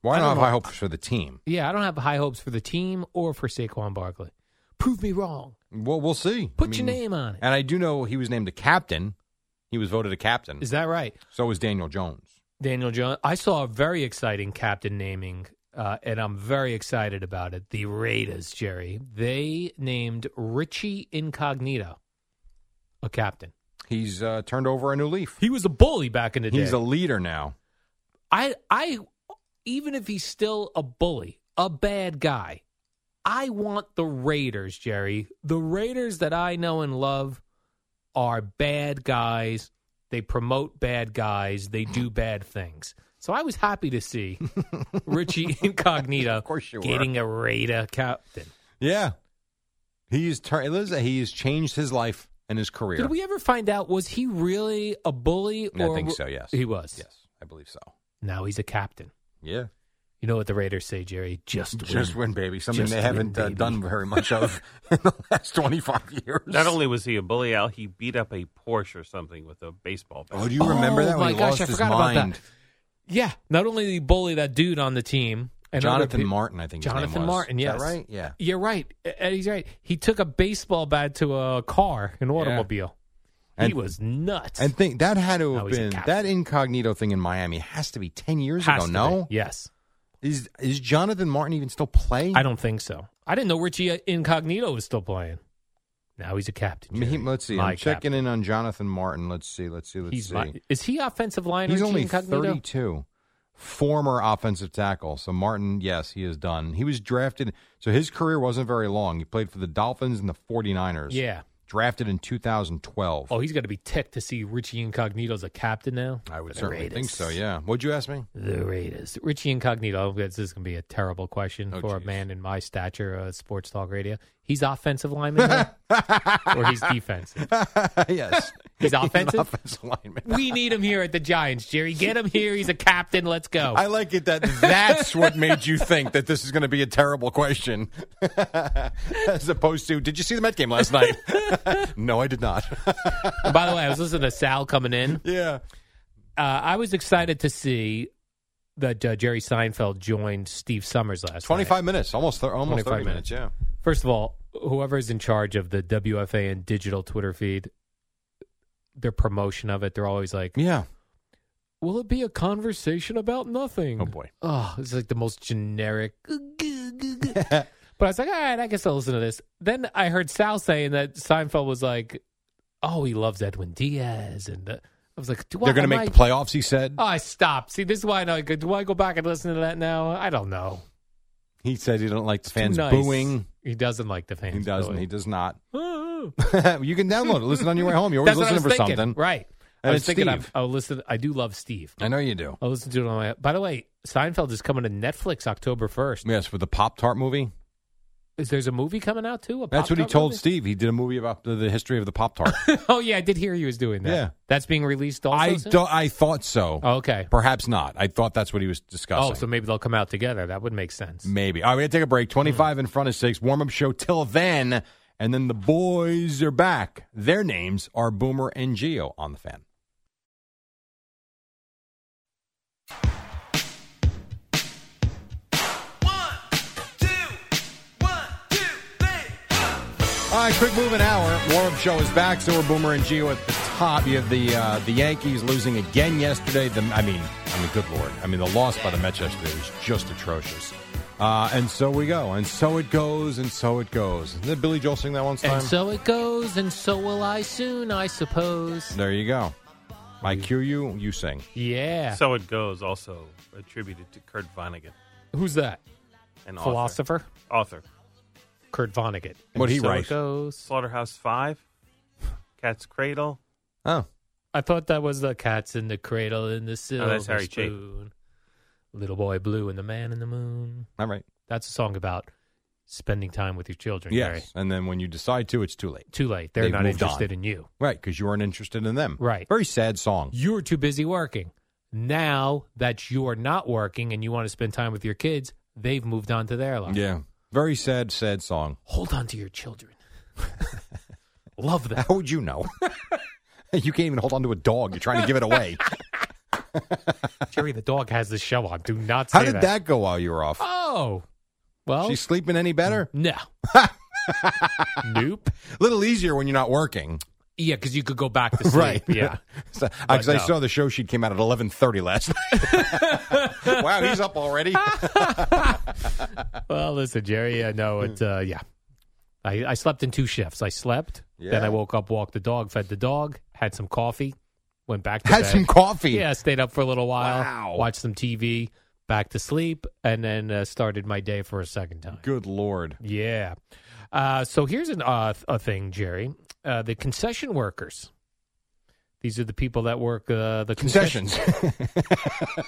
[SPEAKER 4] Why
[SPEAKER 2] I
[SPEAKER 4] not
[SPEAKER 2] don't
[SPEAKER 4] have
[SPEAKER 2] know.
[SPEAKER 4] high hopes for the team?
[SPEAKER 2] Yeah, I don't have high hopes for the team or for Saquon Barkley. Prove me wrong.
[SPEAKER 4] Well, we'll see.
[SPEAKER 2] Put your name on it.
[SPEAKER 4] And I do know he was named a captain. He was voted a captain.
[SPEAKER 2] Is that right?
[SPEAKER 4] so was Daniel Jones.
[SPEAKER 2] Daniel Jones. I saw a very exciting captain naming, uh, and I'm very excited about it. The Raiders, Jerry. They named Richie Incognito a captain.
[SPEAKER 4] He's uh, turned over a new leaf.
[SPEAKER 2] He was a bully back in the
[SPEAKER 4] He's
[SPEAKER 2] day.
[SPEAKER 4] a leader now.
[SPEAKER 2] I, I, even if he's still a bully, a bad guy, I want the Raiders, Jerry. The Raiders that I know and love are bad guys. They promote bad guys. They do bad things. So I was happy to
[SPEAKER 4] *laughs*
[SPEAKER 2] see Richie Incognito
[SPEAKER 4] Of course you were.
[SPEAKER 2] getting a Raider captain.
[SPEAKER 4] Yeah, he's turned. He's changed his life and his career.
[SPEAKER 2] Did we ever find out was he really a bully?
[SPEAKER 4] I
[SPEAKER 2] Or
[SPEAKER 4] think so. Yes,
[SPEAKER 2] he was.
[SPEAKER 4] Yes, I believe so.
[SPEAKER 2] Now he's a captain.
[SPEAKER 4] Yeah,
[SPEAKER 2] You know what the Raiders say, Jerry? Just win.
[SPEAKER 4] Just win, baby. Something
[SPEAKER 2] Just
[SPEAKER 4] they
[SPEAKER 2] win,
[SPEAKER 4] haven't uh,
[SPEAKER 2] baby.
[SPEAKER 4] done very much of *laughs* in the last 25 years.
[SPEAKER 5] Not only was he a bully, Al, he beat up a Porsche or something with a baseball bat.
[SPEAKER 4] Oh, do you remember
[SPEAKER 2] Oh,
[SPEAKER 4] that? when
[SPEAKER 2] my
[SPEAKER 4] he
[SPEAKER 2] gosh,
[SPEAKER 4] lost
[SPEAKER 2] I
[SPEAKER 4] his
[SPEAKER 2] forgot about that.
[SPEAKER 4] mind?
[SPEAKER 2] Yeah, not only did he bully that dude on the team, and other
[SPEAKER 4] Jonathan
[SPEAKER 2] peo-
[SPEAKER 4] Martin, I think his name
[SPEAKER 2] Jonathan
[SPEAKER 4] was.
[SPEAKER 2] Martin,
[SPEAKER 4] Is that
[SPEAKER 2] yes,
[SPEAKER 4] right? Yeah.
[SPEAKER 2] you're right. Eddie's right. He took a baseball bat to a car, an automobile.
[SPEAKER 4] And-
[SPEAKER 2] he was nuts.
[SPEAKER 4] And think that had to have
[SPEAKER 2] No, he's a
[SPEAKER 4] been
[SPEAKER 2] coward.
[SPEAKER 4] that incognito thing in Miami has to be 10 years
[SPEAKER 2] Has
[SPEAKER 4] ago,
[SPEAKER 2] to
[SPEAKER 4] no?
[SPEAKER 2] be. Yes,
[SPEAKER 4] Is is Jonathan Martin even still playing?
[SPEAKER 2] I don't think so. I didn't know Richie Incognito was still playing. Now he's a captain.
[SPEAKER 4] I mean, he-
[SPEAKER 2] Jerry.
[SPEAKER 4] let's see.
[SPEAKER 2] My
[SPEAKER 4] I'm checking
[SPEAKER 2] captain.
[SPEAKER 4] in on Jonathan Martin. Let's see. Let's see. Let's
[SPEAKER 2] He's
[SPEAKER 4] see.
[SPEAKER 2] my, is he offensive line?
[SPEAKER 4] He's
[SPEAKER 2] Richie
[SPEAKER 4] only
[SPEAKER 2] Incognito?
[SPEAKER 4] 32. Former offensive tackle. So Martin, yes, he is done. He was drafted. So his career wasn't very long. He played for the Dolphins and the 49ers.
[SPEAKER 2] Yeah.
[SPEAKER 4] Drafted in 2012.
[SPEAKER 2] Oh, he's got to be ticked to see Richie Incognito's a captain now.
[SPEAKER 4] I would
[SPEAKER 2] The
[SPEAKER 4] certainly think
[SPEAKER 2] Raiders.
[SPEAKER 4] so, yeah. What'd you ask *laughs* me?
[SPEAKER 2] The Raiders. Richie Incognito. This is going to be a terrible question
[SPEAKER 4] Oh,
[SPEAKER 2] for
[SPEAKER 4] geez.
[SPEAKER 2] a man in my stature, uh, sports talk radio. He's offensive lineman, now?
[SPEAKER 4] *laughs*
[SPEAKER 2] or he's defensive.
[SPEAKER 4] yes.
[SPEAKER 2] He's
[SPEAKER 4] an
[SPEAKER 2] offensive?
[SPEAKER 4] offensive lineman.
[SPEAKER 2] We need him here at the Giants, Jerry. Get him here. He's a captain. Let's go.
[SPEAKER 4] I like it that that's what made you think that this is going to be a terrible question, *laughs* as opposed to "Did you see the Met game last night?" *laughs* no, I did not.
[SPEAKER 2] And by the way, I was listening to Sal coming in.
[SPEAKER 4] *laughs* yeah,
[SPEAKER 2] Uh, I was excited to see that uh, Jerry Seinfeld joined Steve Summers last night.
[SPEAKER 4] twenty-five minutes, almost th- almost
[SPEAKER 2] 25
[SPEAKER 4] thirty minutes. Yeah,
[SPEAKER 2] First of all, whoever's in charge of the WFA and digital Twitter feed, their promotion of it, they're always like,
[SPEAKER 4] yeah.
[SPEAKER 2] "Will it be a conversation about nothing?"
[SPEAKER 4] Oh, boy.
[SPEAKER 2] Oh, it's like the most
[SPEAKER 4] *laughs*
[SPEAKER 2] generic. *laughs* but I was like, "All right, I guess I'll listen to this." Then I heard Sal saying that Seinfeld was like, "Oh, he loves Edwin Diaz," and uh, I was like,
[SPEAKER 4] They're going to
[SPEAKER 2] to
[SPEAKER 4] make the playoffs. He said.
[SPEAKER 2] Oh, I stopped. See, this is why I know. I go, Do I go back and listen to that now? I don't know.
[SPEAKER 4] He said he didn't like the fans
[SPEAKER 2] Nice.
[SPEAKER 4] booing.
[SPEAKER 2] He doesn't like the fans.
[SPEAKER 4] He doesn't.
[SPEAKER 2] booing. *laughs*
[SPEAKER 4] He does not. *laughs*
[SPEAKER 2] Oh.
[SPEAKER 4] you can download it. Listen on your way home. You're always
[SPEAKER 2] That's what I
[SPEAKER 4] listening
[SPEAKER 2] was
[SPEAKER 4] for
[SPEAKER 2] thinking.
[SPEAKER 4] something.
[SPEAKER 2] Right. I
[SPEAKER 4] And
[SPEAKER 2] was
[SPEAKER 4] it's
[SPEAKER 2] thinking
[SPEAKER 4] Steve.
[SPEAKER 2] I'll listen. I do love Steve.
[SPEAKER 4] I know you do.
[SPEAKER 2] I'll listen to it on my. By the way, Seinfeld is coming to Netflix October first.
[SPEAKER 4] Yes, with the Pop Tart movie.
[SPEAKER 2] Is there's a movie coming out too? A
[SPEAKER 4] That's what he
[SPEAKER 2] Pop-Tart
[SPEAKER 4] told
[SPEAKER 2] movie?
[SPEAKER 4] Steve. He did a movie about the, the history of the Pop Tart.
[SPEAKER 2] *laughs* oh yeah, I did hear he was doing that.
[SPEAKER 4] Yeah.
[SPEAKER 2] that's being released. Also
[SPEAKER 4] I
[SPEAKER 2] soon?
[SPEAKER 4] do, I thought so.
[SPEAKER 2] Oh, okay.
[SPEAKER 4] Perhaps not. I thought that's what he was discussing.
[SPEAKER 2] Oh, so maybe they'll come out together. That would make sense.
[SPEAKER 4] Maybe. All right, we're going to take a break. 25
[SPEAKER 2] Mm-hmm.
[SPEAKER 4] in front of six, warm up show till then. And then the boys are back. Their names are Boomer and Geo on the fan. All right, quick move an hour. Warm up show is back. So we're Boomer and Geo at the top. You have the uh, the Yankees losing again yesterday. The, I mean, I mean, good lord. I mean, the loss by the Mets yesterday was just atrocious. Uh, and so we go, and so it goes, and so it goes. Did Billy Joel sing that one time?
[SPEAKER 2] And so it goes, and so will I soon, I suppose.
[SPEAKER 4] There you go. I cue you, you sing.
[SPEAKER 2] Yeah.
[SPEAKER 5] So it goes, also attributed to Kurt Vonnegut,
[SPEAKER 2] Who's that?
[SPEAKER 5] an
[SPEAKER 2] Philosopher
[SPEAKER 5] author. author.
[SPEAKER 2] Kurt Vonnegut.
[SPEAKER 4] What'd he
[SPEAKER 2] And so
[SPEAKER 4] write?
[SPEAKER 2] It goes.
[SPEAKER 5] Slaughterhouse *sighs* Five, Cat's Cradle.
[SPEAKER 4] Oh.
[SPEAKER 2] I thought that was the cats in the cradle in the silver
[SPEAKER 5] that's Harry Chapin.
[SPEAKER 2] spoon. Little boy blue and the man in the moon.
[SPEAKER 4] All right.
[SPEAKER 2] That's a song about spending time with your children.
[SPEAKER 4] Yes.
[SPEAKER 2] Gary.
[SPEAKER 4] And then when you decide to, it's too late.
[SPEAKER 2] Too late. They're
[SPEAKER 4] They've
[SPEAKER 2] not
[SPEAKER 4] moved
[SPEAKER 2] interested
[SPEAKER 4] on.
[SPEAKER 2] in you.
[SPEAKER 4] Right, because you weren't interested in them.
[SPEAKER 2] Right.
[SPEAKER 4] Very sad song.
[SPEAKER 2] You were too busy working. Now that you're not working and you want to spend time with your kids, they've moved on to their life.
[SPEAKER 4] Yeah. Very sad, sad song.
[SPEAKER 2] Hold on to your children. *laughs* Love them.
[SPEAKER 4] *laughs* How would you know? you can't even hold on to a dog. You're trying to give
[SPEAKER 2] *laughs*
[SPEAKER 4] it away.
[SPEAKER 2] Jerry the dog has the show on. Do not say
[SPEAKER 4] How did that. go while you were off?
[SPEAKER 2] Oh. Well,
[SPEAKER 4] She's sleeping any better? *laughs*
[SPEAKER 2] no. nope.
[SPEAKER 4] little easier when you're not working. *laughs*
[SPEAKER 2] Yeah, because you could go back to sleep. Yeah.
[SPEAKER 4] Because I
[SPEAKER 2] no.
[SPEAKER 4] saw the show sheet came out at 11.30 last
[SPEAKER 2] *laughs*
[SPEAKER 4] night. wow, he's up already.
[SPEAKER 2] Well, listen, Jerry. I know it. Uh, yeah, I, I slept in two shifts. I slept, then
[SPEAKER 4] Yeah.
[SPEAKER 2] I woke up, walked the dog, fed the dog, had some coffee, went back to
[SPEAKER 4] Had
[SPEAKER 2] bed.
[SPEAKER 4] some coffee.
[SPEAKER 2] yeah, stayed up for a little while,
[SPEAKER 4] Wow.
[SPEAKER 2] watched some TV, back to sleep, and then uh, started my day for a second time. *laughs*
[SPEAKER 4] Good Lord.
[SPEAKER 2] Yeah. Uh, so here's an uh, th- a thing, Jerry. Uh, the concession workers. These are the people that work uh, the concession-
[SPEAKER 4] Concessions.
[SPEAKER 2] *laughs*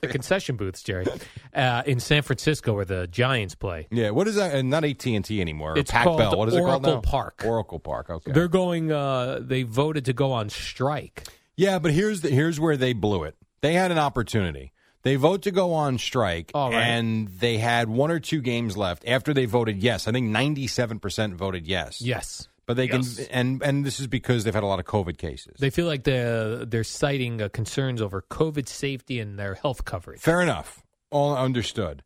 [SPEAKER 2] the concession booths, Jerry, uh, in San Francisco where the Giants play.
[SPEAKER 4] *laughs* yeah, what is that? And not AT&T anymore.
[SPEAKER 2] It's
[SPEAKER 4] Pac
[SPEAKER 2] called
[SPEAKER 4] Bell. What is it
[SPEAKER 2] Oracle
[SPEAKER 4] called now?
[SPEAKER 2] Park.
[SPEAKER 4] Oracle Park, okay.
[SPEAKER 2] They're going. Uh, they voted to go on strike.
[SPEAKER 4] Yeah, but here's the, here's where they blew it. They had an opportunity. They vote to go on strike, right. and they had one or two games left after they voted yes. I think ninety-seven percent voted yes.
[SPEAKER 2] Yes,
[SPEAKER 4] but they
[SPEAKER 2] yes.
[SPEAKER 4] can, and and this is because they've had a lot of COVID cases.
[SPEAKER 2] They feel like the they're citing uh, concerns over COVID safety and their health coverage.
[SPEAKER 4] Fair enough, all understood.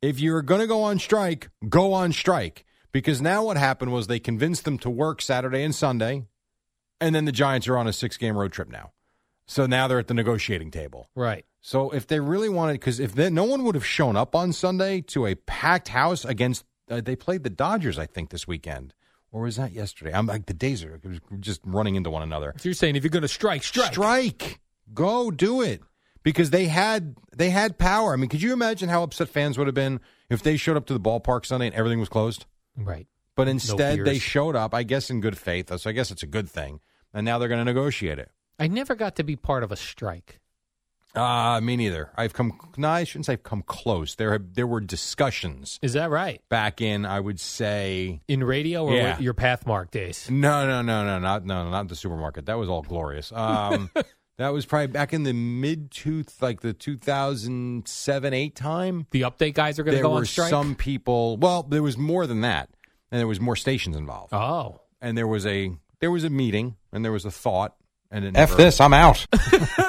[SPEAKER 4] If you're going to go on strike, go on strike. Because now what happened was they convinced them to work Saturday and Sunday, and then the Giants are on a six-game road trip now. So now they're at the negotiating table.
[SPEAKER 2] Right.
[SPEAKER 4] So if they really wanted, because if they, no one would have shown up on Sunday to a packed house against, uh, they played the Dodgers, I think, this weekend. Or was that yesterday? I'm like, the days are just running into one another.
[SPEAKER 2] So you're saying if you're going to strike, strike.
[SPEAKER 4] Strike. Go do it. Because they had they had power. I mean, could you imagine how upset fans would have been if they showed up to the ballpark Sunday and everything was closed?
[SPEAKER 2] Right.
[SPEAKER 4] But instead, no they showed up, I guess, in good faith. So I guess it's a good thing. And now they're going to negotiate it.
[SPEAKER 2] I never got to be part of a strike.
[SPEAKER 4] Uh, me neither. I've come. No, I shouldn't say I've come close. There, have, there were discussions.
[SPEAKER 2] Is that right?
[SPEAKER 4] Back in, I would say,
[SPEAKER 2] in radio or
[SPEAKER 4] yeah.
[SPEAKER 2] your Pathmark days.
[SPEAKER 4] No, no, no, no, not no, not the supermarket. That was all glorious.
[SPEAKER 2] *laughs*
[SPEAKER 4] Um, that was probably back in the mid two, like the two thousand seven eight time.
[SPEAKER 2] The update guys are going to
[SPEAKER 4] go
[SPEAKER 2] on strike.
[SPEAKER 4] Some people. Well, there was more than that, and there was more stations involved.
[SPEAKER 2] Oh,
[SPEAKER 4] and there was a there was a meeting, and there was a thought, and it
[SPEAKER 3] f
[SPEAKER 4] never,
[SPEAKER 3] this, I'm out.
[SPEAKER 4] *laughs*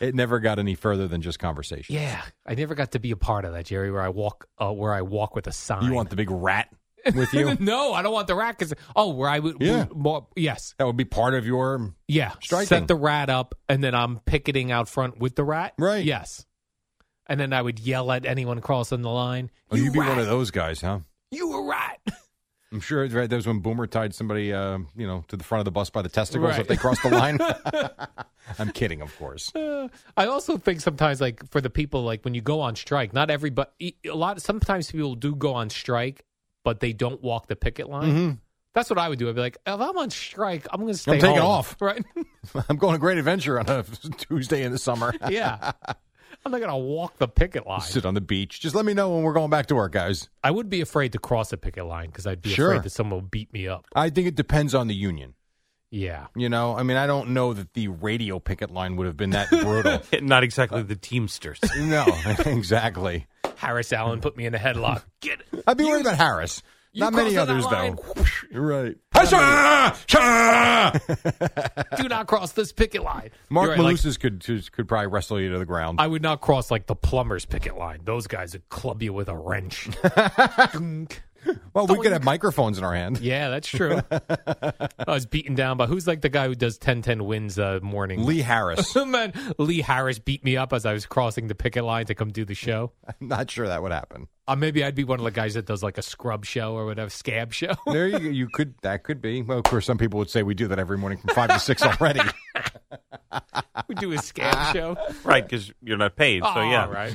[SPEAKER 4] it never got any further than just conversation.
[SPEAKER 2] Yeah, I never got to be a part of that, Jerry. Where I walk, uh, where I walk with a sign.
[SPEAKER 4] You want the big rat with you?
[SPEAKER 2] *laughs* no, I don't want the rat. Cause, oh, where I would.
[SPEAKER 4] Yeah.
[SPEAKER 2] More, yes.
[SPEAKER 4] That would be part of your.
[SPEAKER 2] Yeah.
[SPEAKER 4] Striking.
[SPEAKER 2] Set the rat up, and then I'm picketing out front with the rat.
[SPEAKER 4] Right.
[SPEAKER 2] Yes. And then I would yell at anyone crossing the line.
[SPEAKER 4] Oh,
[SPEAKER 2] you
[SPEAKER 4] would be
[SPEAKER 2] rat.
[SPEAKER 4] one of those guys, huh?
[SPEAKER 2] You a rat.
[SPEAKER 4] I'm sure it's right. That was when Boomer tied somebody, uh, you know, to the front of the bus by the testicles
[SPEAKER 2] Right.
[SPEAKER 4] if they crossed
[SPEAKER 2] *laughs*
[SPEAKER 4] the line. *laughs* I'm kidding, of course. *laughs*
[SPEAKER 2] Uh, I also think sometimes, like for the people, like when you go on strike, not everybody. e, A lot. Sometimes people do go on strike, but they don't walk the picket line.
[SPEAKER 4] Mhm.
[SPEAKER 2] That's what I would do. I'd be like, if I'm on strike, I'm going to stay.
[SPEAKER 4] I'm taking
[SPEAKER 2] home.
[SPEAKER 4] off.
[SPEAKER 2] *laughs* Right?
[SPEAKER 4] I'm going on a great adventure on a *laughs* Tuesday in
[SPEAKER 2] *laughs*
[SPEAKER 4] the summer. *laughs*
[SPEAKER 2] yeah. I'm not going to walk the picket line.
[SPEAKER 4] Sit on the beach. Just let me know when we're going back to work, guys.
[SPEAKER 2] I would be afraid to cross a picket line because I'd be
[SPEAKER 4] Sure.
[SPEAKER 2] afraid that someone would beat me up.
[SPEAKER 4] I think it depends on the union.
[SPEAKER 2] Yeah.
[SPEAKER 4] You know, I mean, I don't know that the radio picket line would have been that
[SPEAKER 2] *laughs*
[SPEAKER 4] brutal.
[SPEAKER 5] Not exactly the Teamsters.
[SPEAKER 4] no, *laughs* exactly.
[SPEAKER 2] Harris Allen put me in a headlock. Get it.
[SPEAKER 4] I'd be worried about Harris.
[SPEAKER 2] you
[SPEAKER 4] *laughs* Not many
[SPEAKER 2] crossing that
[SPEAKER 4] others,
[SPEAKER 2] line. *laughs*
[SPEAKER 4] though. You're right.
[SPEAKER 2] Do not cross this picket line.
[SPEAKER 4] Mark
[SPEAKER 2] You're right, like,
[SPEAKER 4] Malusis could could probably wrestle you to the ground.
[SPEAKER 2] I would not cross like the plumber's picket line. Those guys would club you with a wrench. Dunk.
[SPEAKER 4] well, we could have microphones in our hand.
[SPEAKER 2] yeah, that's
[SPEAKER 4] *laughs*
[SPEAKER 2] true. I was beaten down by who's like the guy who does 10-10 wins uh, morning. *laughs*
[SPEAKER 4] Lee Harris.
[SPEAKER 2] Man, Lee Harris beat me up as I was crossing the picket line to come do the show.
[SPEAKER 4] I'm not sure that would happen.
[SPEAKER 2] Uh, maybe I'd be one of the guys that does like a scrub show or whatever, scab show. *laughs*
[SPEAKER 4] There you, you could that could be. Well, of course, some people would say we do that every morning from five to
[SPEAKER 2] *laughs*
[SPEAKER 4] six already.
[SPEAKER 2] we do a
[SPEAKER 4] *laughs*
[SPEAKER 2] scab show.
[SPEAKER 5] *laughs* right, because you're not paid. So,
[SPEAKER 2] Oh,
[SPEAKER 5] yeah.
[SPEAKER 2] all right.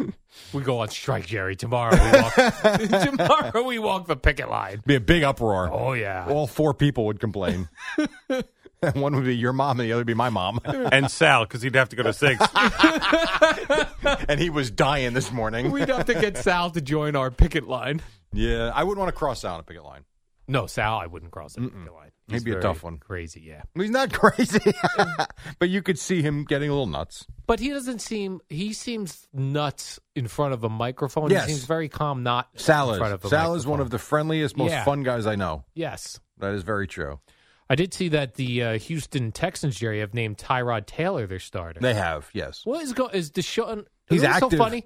[SPEAKER 2] We go on strike, Jerry. Tomorrow we
[SPEAKER 4] *laughs*
[SPEAKER 2] walk. *laughs* tomorrow we walk the picket line.
[SPEAKER 4] be a big uproar.
[SPEAKER 2] Oh yeah.
[SPEAKER 4] *laughs* All four people
[SPEAKER 2] *laughs*
[SPEAKER 4] would complain. *laughs* And one would be your mom, and the other would be my mom.
[SPEAKER 5] And Sal, because he'd have to go to six. *laughs*
[SPEAKER 4] and he was dying this morning.
[SPEAKER 2] We'd have to get Sal to join our picket line.
[SPEAKER 4] yeah, I wouldn't want to cross out a picket line.
[SPEAKER 2] No, Sal, I wouldn't cross the picket line.
[SPEAKER 4] He'd
[SPEAKER 2] He's
[SPEAKER 4] be a
[SPEAKER 2] very
[SPEAKER 4] tough one.
[SPEAKER 2] Crazy, yeah.
[SPEAKER 4] He's not *laughs* crazy, but you could see him getting a little nuts.
[SPEAKER 2] But he doesn't seem. He seems nuts in front of a microphone.
[SPEAKER 4] Yes.
[SPEAKER 2] He seems very calm. Not
[SPEAKER 4] Sal
[SPEAKER 2] in front of
[SPEAKER 4] is.
[SPEAKER 2] a
[SPEAKER 4] Sal is one
[SPEAKER 2] microphone.
[SPEAKER 4] of the friendliest, most
[SPEAKER 2] Yeah.
[SPEAKER 4] fun guys I know.
[SPEAKER 2] Yes.
[SPEAKER 4] That is very true.
[SPEAKER 2] I did see that the uh, Houston Texans, Jerry, have named Tyrod Taylor their starter.
[SPEAKER 4] They have, yes.
[SPEAKER 2] What is going? Is Deshaun?
[SPEAKER 4] He's
[SPEAKER 2] He's so
[SPEAKER 4] active.
[SPEAKER 2] funny.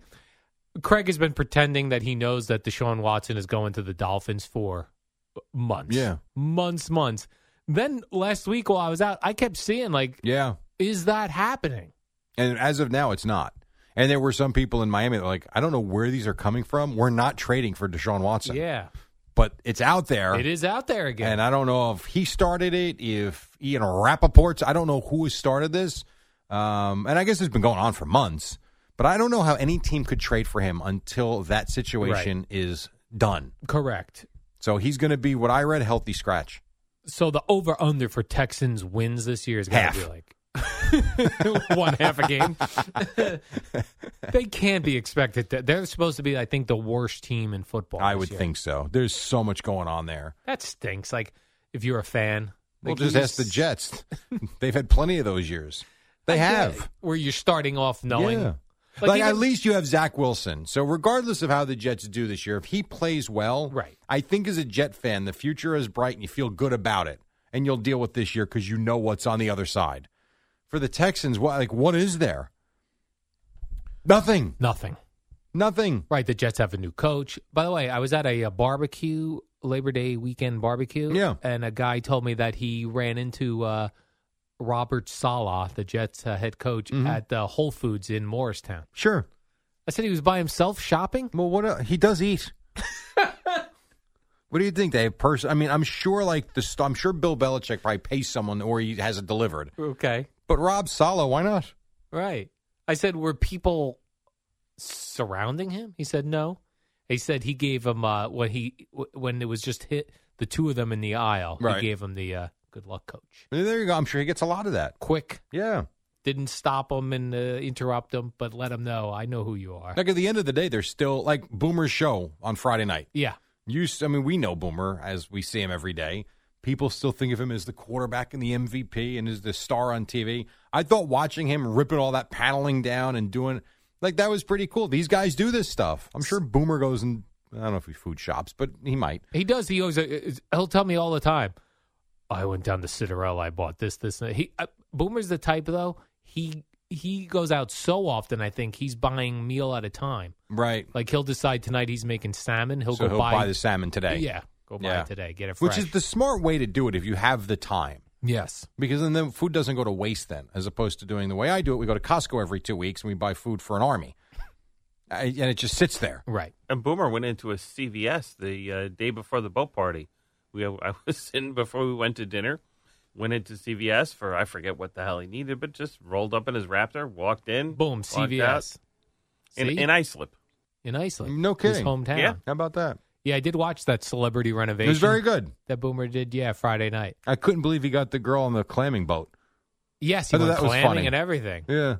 [SPEAKER 2] Craig has been pretending that he knows that Deshaun Watson is going to the Dolphins for months.
[SPEAKER 4] Yeah.
[SPEAKER 2] months, months. Then last week while I was out, I kept seeing like,
[SPEAKER 4] Yeah.
[SPEAKER 2] is that happening?
[SPEAKER 4] And as of now, it's not. And there were some people in Miami that were like, I don't know where these are coming from. We're not trading for Deshaun Watson.
[SPEAKER 2] Yeah,
[SPEAKER 4] But it's out there.
[SPEAKER 2] it is out there again.
[SPEAKER 4] And I don't know if he started it, if Ian Rappaport's, I don't know who has started this. Um, and I guess it's been going on for months. But I don't know how any team could trade for him until that situation is done.
[SPEAKER 2] Correct.
[SPEAKER 4] So he's going to be what I read healthy scratch.
[SPEAKER 2] So the over under for Texans wins this year is going
[SPEAKER 4] Half.
[SPEAKER 2] to be like *laughs* one half a game. they can't be expected. To, they're supposed to be, I think, the worst team in football.
[SPEAKER 4] I
[SPEAKER 2] this
[SPEAKER 4] would
[SPEAKER 2] year.
[SPEAKER 4] think so. There's so much going on there.
[SPEAKER 2] That stinks. Like if you're a fan,
[SPEAKER 4] Well,
[SPEAKER 2] like,
[SPEAKER 4] just
[SPEAKER 2] you
[SPEAKER 4] *laughs* ask the Jets. They've had plenty of those years. They have.
[SPEAKER 2] It, where you're starting off knowing.
[SPEAKER 4] Yeah. Like, even, at least you have Zach Wilson. So regardless of how the Jets do this year, if he plays well,
[SPEAKER 2] right.
[SPEAKER 4] I think as a Jet fan, the future is bright and you feel good about it. And you'll deal with this year because you know what's on the other side. For the Texans, what like what is there? Nothing.
[SPEAKER 2] Nothing.
[SPEAKER 4] Nothing.
[SPEAKER 2] Right. The Jets have a new coach. By the way, I was at a, a barbecue Labor Day weekend barbecue.
[SPEAKER 4] Yeah.
[SPEAKER 2] And a guy told me that he ran into uh, Robert Sala, the Jets uh, head coach, mm-hmm. at the uh, Whole Foods in Morristown.
[SPEAKER 4] Sure.
[SPEAKER 2] I said he was by himself shopping.
[SPEAKER 4] Well, what a, he does eat. what do you think? They have person. I mean, I'm sure like the. I'm sure Bill Belichick probably pays someone or he has it delivered.
[SPEAKER 2] Okay.
[SPEAKER 4] But Rob Sala, why not?
[SPEAKER 2] Right. I said, were people surrounding him? He said, no. He said he gave him uh, when he when it was just hit the two of them in the aisle.
[SPEAKER 4] Right.
[SPEAKER 2] He gave him the uh, good luck, coach.
[SPEAKER 4] There you go. I'm sure he gets a lot of that.
[SPEAKER 2] Quick,
[SPEAKER 4] yeah.
[SPEAKER 2] Didn't stop him and uh, interrupt him, but let him know I know who you are.
[SPEAKER 4] Like at the end of the day, they're still like Boomer's show on Friday night.
[SPEAKER 2] Yeah,
[SPEAKER 4] you. I mean, we know Boomer as we see him every day. People still think of him as the quarterback and the MVP and as the star on TV. I thought watching him ripping all that paneling down and doing like that was pretty cool. These guys do this stuff. I'm sure Boomer goes and I don't know if he food shops, but he might.
[SPEAKER 2] He does. He always uh, he'll tell me all the time. I went down to Cinderella. I bought this, this. And he uh, Boomer's the type though. He he goes out so often. I think he's buying meal at a time.
[SPEAKER 4] Right.
[SPEAKER 2] Like he'll decide tonight he's making salmon. He'll
[SPEAKER 4] so
[SPEAKER 2] go
[SPEAKER 4] he'll
[SPEAKER 2] buy,
[SPEAKER 4] buy, the salmon today.
[SPEAKER 2] Yeah, go buy yeah. it today. Get it Which
[SPEAKER 4] fresh. is the smart way to do it if you have the time.
[SPEAKER 2] Yes.
[SPEAKER 4] Because then the food doesn't go to waste then, as opposed to doing the way I do it. We go to Costco every two weeks and we buy food for an army. I, and it just sits there.
[SPEAKER 2] Right.
[SPEAKER 5] And Boomer went into a CVS the uh, day before the boat party. We *laughs* I was in before we went to dinner, went into CVS for I forget what the hell he needed, but just rolled up in his Raptor, walked in,
[SPEAKER 2] boom,
[SPEAKER 5] walked
[SPEAKER 2] CVS.
[SPEAKER 5] In, in Islip.
[SPEAKER 2] In Islip.
[SPEAKER 4] No kidding.
[SPEAKER 2] His hometown.
[SPEAKER 5] Yeah.
[SPEAKER 4] How about that?
[SPEAKER 2] Yeah, I did watch that celebrity renovation. It
[SPEAKER 4] was very good.
[SPEAKER 2] That Boomer did, yeah, Friday night.
[SPEAKER 4] I couldn't believe he got the girl on the clamming boat.
[SPEAKER 2] Yes, he
[SPEAKER 4] I thought
[SPEAKER 2] went
[SPEAKER 4] that was
[SPEAKER 2] clamming
[SPEAKER 4] funny.
[SPEAKER 2] and everything.
[SPEAKER 4] Yeah.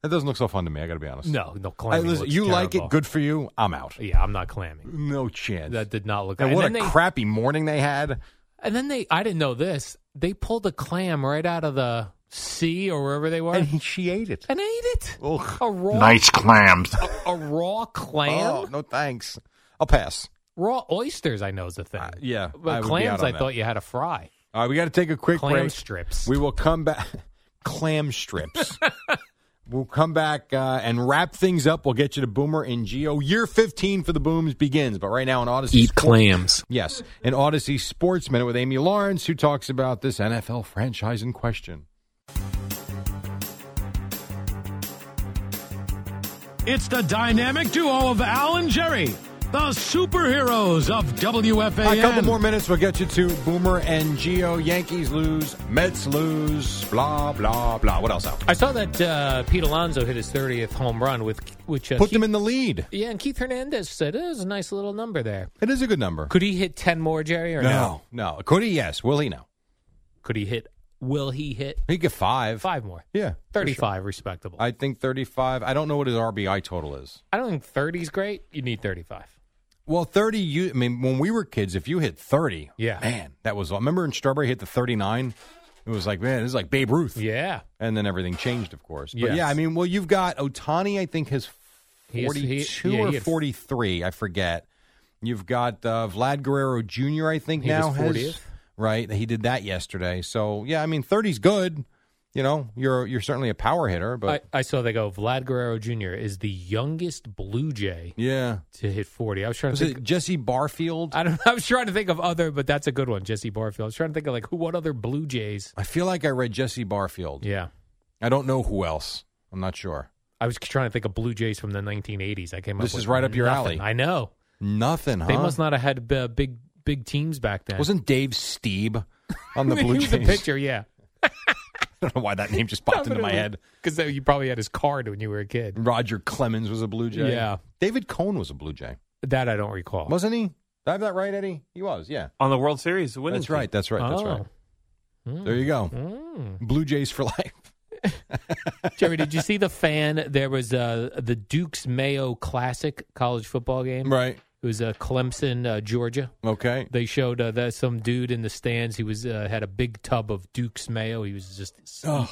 [SPEAKER 4] That doesn't look so fun to me, I got to be honest.
[SPEAKER 2] No, no
[SPEAKER 4] I,
[SPEAKER 2] clamming.
[SPEAKER 4] listen,
[SPEAKER 2] looks
[SPEAKER 4] you like it,
[SPEAKER 2] terrible.
[SPEAKER 4] good for you. I'm out.
[SPEAKER 2] Yeah, I'm not clamming.
[SPEAKER 4] No chance.
[SPEAKER 2] That did not look
[SPEAKER 4] and
[SPEAKER 2] good.
[SPEAKER 4] what
[SPEAKER 2] and
[SPEAKER 4] a
[SPEAKER 2] then they,
[SPEAKER 4] crappy morning they had.
[SPEAKER 2] And then they, I didn't know this. They pulled a clam right out of the sea or wherever they were,
[SPEAKER 4] And
[SPEAKER 2] and,
[SPEAKER 4] he, Oh. she ate it.
[SPEAKER 2] ate it.
[SPEAKER 4] Ugh.
[SPEAKER 2] A raw,
[SPEAKER 7] Nice clams.
[SPEAKER 2] a, a raw clam,
[SPEAKER 4] Oh, no thanks. I'll pass.
[SPEAKER 2] raw oysters. I know is a thing.
[SPEAKER 4] Uh, yeah, I
[SPEAKER 2] but
[SPEAKER 4] would be out
[SPEAKER 2] clams,
[SPEAKER 4] on
[SPEAKER 2] I
[SPEAKER 4] that.
[SPEAKER 2] thought you had to fry.
[SPEAKER 4] All right, we got to take a quick
[SPEAKER 2] Clam
[SPEAKER 4] break.
[SPEAKER 2] strips.
[SPEAKER 4] We will come back. *laughs* Clam
[SPEAKER 2] *laughs*
[SPEAKER 4] strips. we'll come back uh, and wrap things up. We'll get you to Boomer and Geo. Year 15 for the Booms begins, but right now in Odyssey.
[SPEAKER 2] Eat
[SPEAKER 4] Sports-
[SPEAKER 2] clams.
[SPEAKER 4] Yes, in Odyssey Sports Minute with Amy Lawrence, who talks about this NFL franchise in question.
[SPEAKER 6] It's the dynamic duo of Al and Jerry, the superheroes of WFAN.
[SPEAKER 4] A couple more minutes, we'll get you to Boomer and Geo. Yankees lose, Mets lose, blah, blah, blah. What else, Al?
[SPEAKER 2] I saw that uh, Pete Alonso hit his 30th home run with which uh,
[SPEAKER 4] Put
[SPEAKER 2] Keith,
[SPEAKER 4] them in the lead.
[SPEAKER 2] yeah, and Keith Hernandez said it was a nice little number there.
[SPEAKER 4] It is a good number.
[SPEAKER 2] Could he hit ten more, Jerry, or no?
[SPEAKER 4] no. Could he? Yes. Will he? No.
[SPEAKER 2] Could he hit? Will he hit
[SPEAKER 4] He could get five.
[SPEAKER 2] five more?
[SPEAKER 4] Yeah.
[SPEAKER 2] Thirty-five, respectable. I,
[SPEAKER 4] I think 35. I don't know what his RBI total is.
[SPEAKER 2] don't think thirty's great. You need thirty-five.
[SPEAKER 4] Well, 30, you, I mean, when we were kids, if you hit 30,
[SPEAKER 2] Yeah.
[SPEAKER 4] man, that was, remember in Strawberry hit the 39? It was like, man, this is like Babe Ruth.
[SPEAKER 2] Yeah,
[SPEAKER 4] And then everything changed, of course. But
[SPEAKER 2] Yes.
[SPEAKER 4] yeah, I mean, well, you've got Otani, I think, has
[SPEAKER 2] He is- he-
[SPEAKER 4] 42
[SPEAKER 2] yeah,
[SPEAKER 4] or
[SPEAKER 2] he had-
[SPEAKER 4] 43. I forget. You've got uh, Vlad Guerrero Jr., I think,
[SPEAKER 2] He
[SPEAKER 4] now
[SPEAKER 2] was
[SPEAKER 4] has.
[SPEAKER 2] 40th.
[SPEAKER 4] Right. He did that yesterday. So, yeah, I mean, 30's good. You know, you're you're certainly a power hitter, but
[SPEAKER 2] I, I saw they go. Vlad Guerrero Jr. is the youngest Blue Jay
[SPEAKER 4] yeah.
[SPEAKER 2] to hit forty. I was trying to
[SPEAKER 4] Was
[SPEAKER 2] think.
[SPEAKER 4] it Jesse Barfield?
[SPEAKER 2] I don't. *laughs* I was trying to think of other, but that's a good one, Jesse Barfield. I was trying to think of like who, what other Blue Jays?
[SPEAKER 4] I feel like I read Jesse Barfield.
[SPEAKER 2] Yeah,
[SPEAKER 4] I don't know who else. I'm not sure.
[SPEAKER 2] I was trying to think of Blue Jays from the 1980s. I came up.
[SPEAKER 4] This
[SPEAKER 2] with
[SPEAKER 4] is right up your
[SPEAKER 2] nothing.
[SPEAKER 4] alley.
[SPEAKER 2] I know
[SPEAKER 4] Nothing, huh?
[SPEAKER 2] they must not have had uh, big big teams back then.
[SPEAKER 4] Wasn't Dave Steeb on the
[SPEAKER 2] *laughs*
[SPEAKER 4] Blue
[SPEAKER 2] he was a
[SPEAKER 4] Jays?
[SPEAKER 2] pitcher? Yeah,
[SPEAKER 4] *laughs* I don't know why that name just popped into my head.
[SPEAKER 2] because you probably had his card when you were a kid.
[SPEAKER 4] Roger Clemens was a Blue Jay.
[SPEAKER 2] Yeah.
[SPEAKER 4] David Cohn was a Blue Jay,
[SPEAKER 2] That I don't recall.
[SPEAKER 4] wasn't he? Did I have that right, Eddie? He was. Yeah.
[SPEAKER 5] on the World Series. Winning
[SPEAKER 4] That's right. That's right. That's
[SPEAKER 2] Oh. Hmm.
[SPEAKER 4] right. There you go. Blue Jays for *laughs* life.
[SPEAKER 2] Jerry, did you see the fan? There was uh, the Duke's Mayo Classic college football game.
[SPEAKER 4] Right.
[SPEAKER 2] It was uh, Clemson, uh, Georgia.
[SPEAKER 4] Okay.
[SPEAKER 2] They showed uh, that some dude in the stands. He was uh, had a big tub of Duke's Mayo. He was just
[SPEAKER 4] Oh.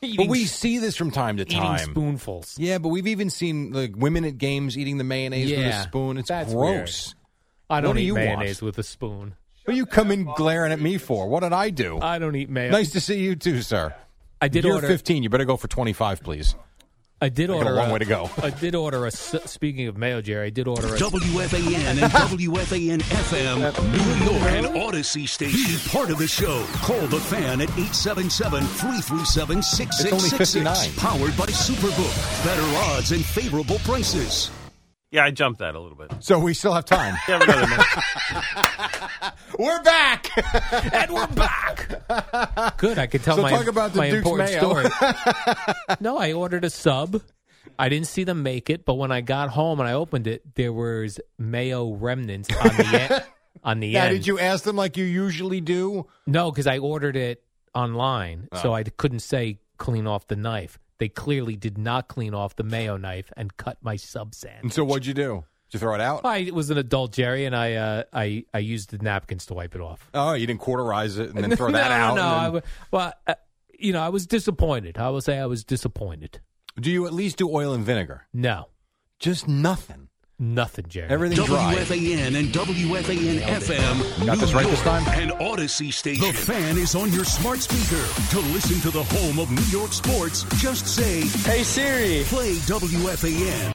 [SPEAKER 4] but we see this from time to time.
[SPEAKER 2] spoonfuls.
[SPEAKER 4] Yeah, but we've even seen like women at games eating the mayonnaise with
[SPEAKER 2] Yeah.
[SPEAKER 4] a spoon. It's
[SPEAKER 2] That's
[SPEAKER 4] gross.
[SPEAKER 2] I don't
[SPEAKER 4] What do
[SPEAKER 2] eat
[SPEAKER 4] you
[SPEAKER 2] mayonnaise
[SPEAKER 4] want?
[SPEAKER 2] with a spoon.
[SPEAKER 4] What you come in glaring at me for? What did I do?
[SPEAKER 2] I don't eat mayo.
[SPEAKER 4] nice to see you too, sir.
[SPEAKER 2] I Uh, did
[SPEAKER 4] You're
[SPEAKER 2] order-
[SPEAKER 4] 15. You better go for 25, please.
[SPEAKER 2] I did
[SPEAKER 4] I got
[SPEAKER 2] order
[SPEAKER 4] a long way to go.
[SPEAKER 2] I did order a. s- Speaking of mayo, Jerry, I did order a.
[SPEAKER 7] WFAN and WFAN FM, New York and Odyssey Station. Be part of the show. Call the fan at 877 337 6666.
[SPEAKER 4] It's
[SPEAKER 7] Powered by Superbook. Better odds and favorable prices.
[SPEAKER 5] Yeah, I jumped that a little bit.
[SPEAKER 4] So we still
[SPEAKER 2] *laughs*
[SPEAKER 4] have time.
[SPEAKER 5] You have
[SPEAKER 7] *laughs*
[SPEAKER 5] another minute.
[SPEAKER 4] We're back.
[SPEAKER 2] and we're back. Good. I could tell
[SPEAKER 4] So
[SPEAKER 2] my,
[SPEAKER 4] talk about the
[SPEAKER 2] my
[SPEAKER 4] Duke's
[SPEAKER 2] important
[SPEAKER 4] mayo.
[SPEAKER 2] story.
[SPEAKER 4] *laughs*
[SPEAKER 2] no, I ordered a sub. I didn't see them make it, but when I got home and I opened it, there was mayo remnants on the
[SPEAKER 4] *laughs*
[SPEAKER 2] end. On the
[SPEAKER 4] Now,
[SPEAKER 2] end.
[SPEAKER 4] did you ask them like you usually do?
[SPEAKER 2] No, because I ordered it online,
[SPEAKER 4] Oh.
[SPEAKER 2] so I couldn't say clean off the knife. They clearly did not clean off the mayo knife and cut my sub
[SPEAKER 4] And *laughs*
[SPEAKER 2] sandwich.
[SPEAKER 4] so what'd you do? Did you throw it out?
[SPEAKER 2] I was an adult, Jerry, and I uh, I I used the napkins to wipe it off.
[SPEAKER 4] Oh, you didn't quarterize it and *laughs* then throw
[SPEAKER 2] *laughs*
[SPEAKER 4] that
[SPEAKER 2] no,
[SPEAKER 4] out.
[SPEAKER 2] No,
[SPEAKER 4] and
[SPEAKER 2] I
[SPEAKER 4] then-
[SPEAKER 2] w- well, uh, you know, I was disappointed. I will say I was disappointed.
[SPEAKER 4] Do you at least do oil and vinegar?
[SPEAKER 2] No,
[SPEAKER 4] Just nothing.
[SPEAKER 2] nothing, Jerry.
[SPEAKER 4] Everything dry.
[SPEAKER 7] WFAN and WFAN FM.
[SPEAKER 4] Got
[SPEAKER 7] New
[SPEAKER 4] this right
[SPEAKER 7] York
[SPEAKER 4] this time?
[SPEAKER 7] And Odyssey Station. The fan is on your smart speaker. To listen to the home of New York sports, just say, Hey Siri, play WFAN.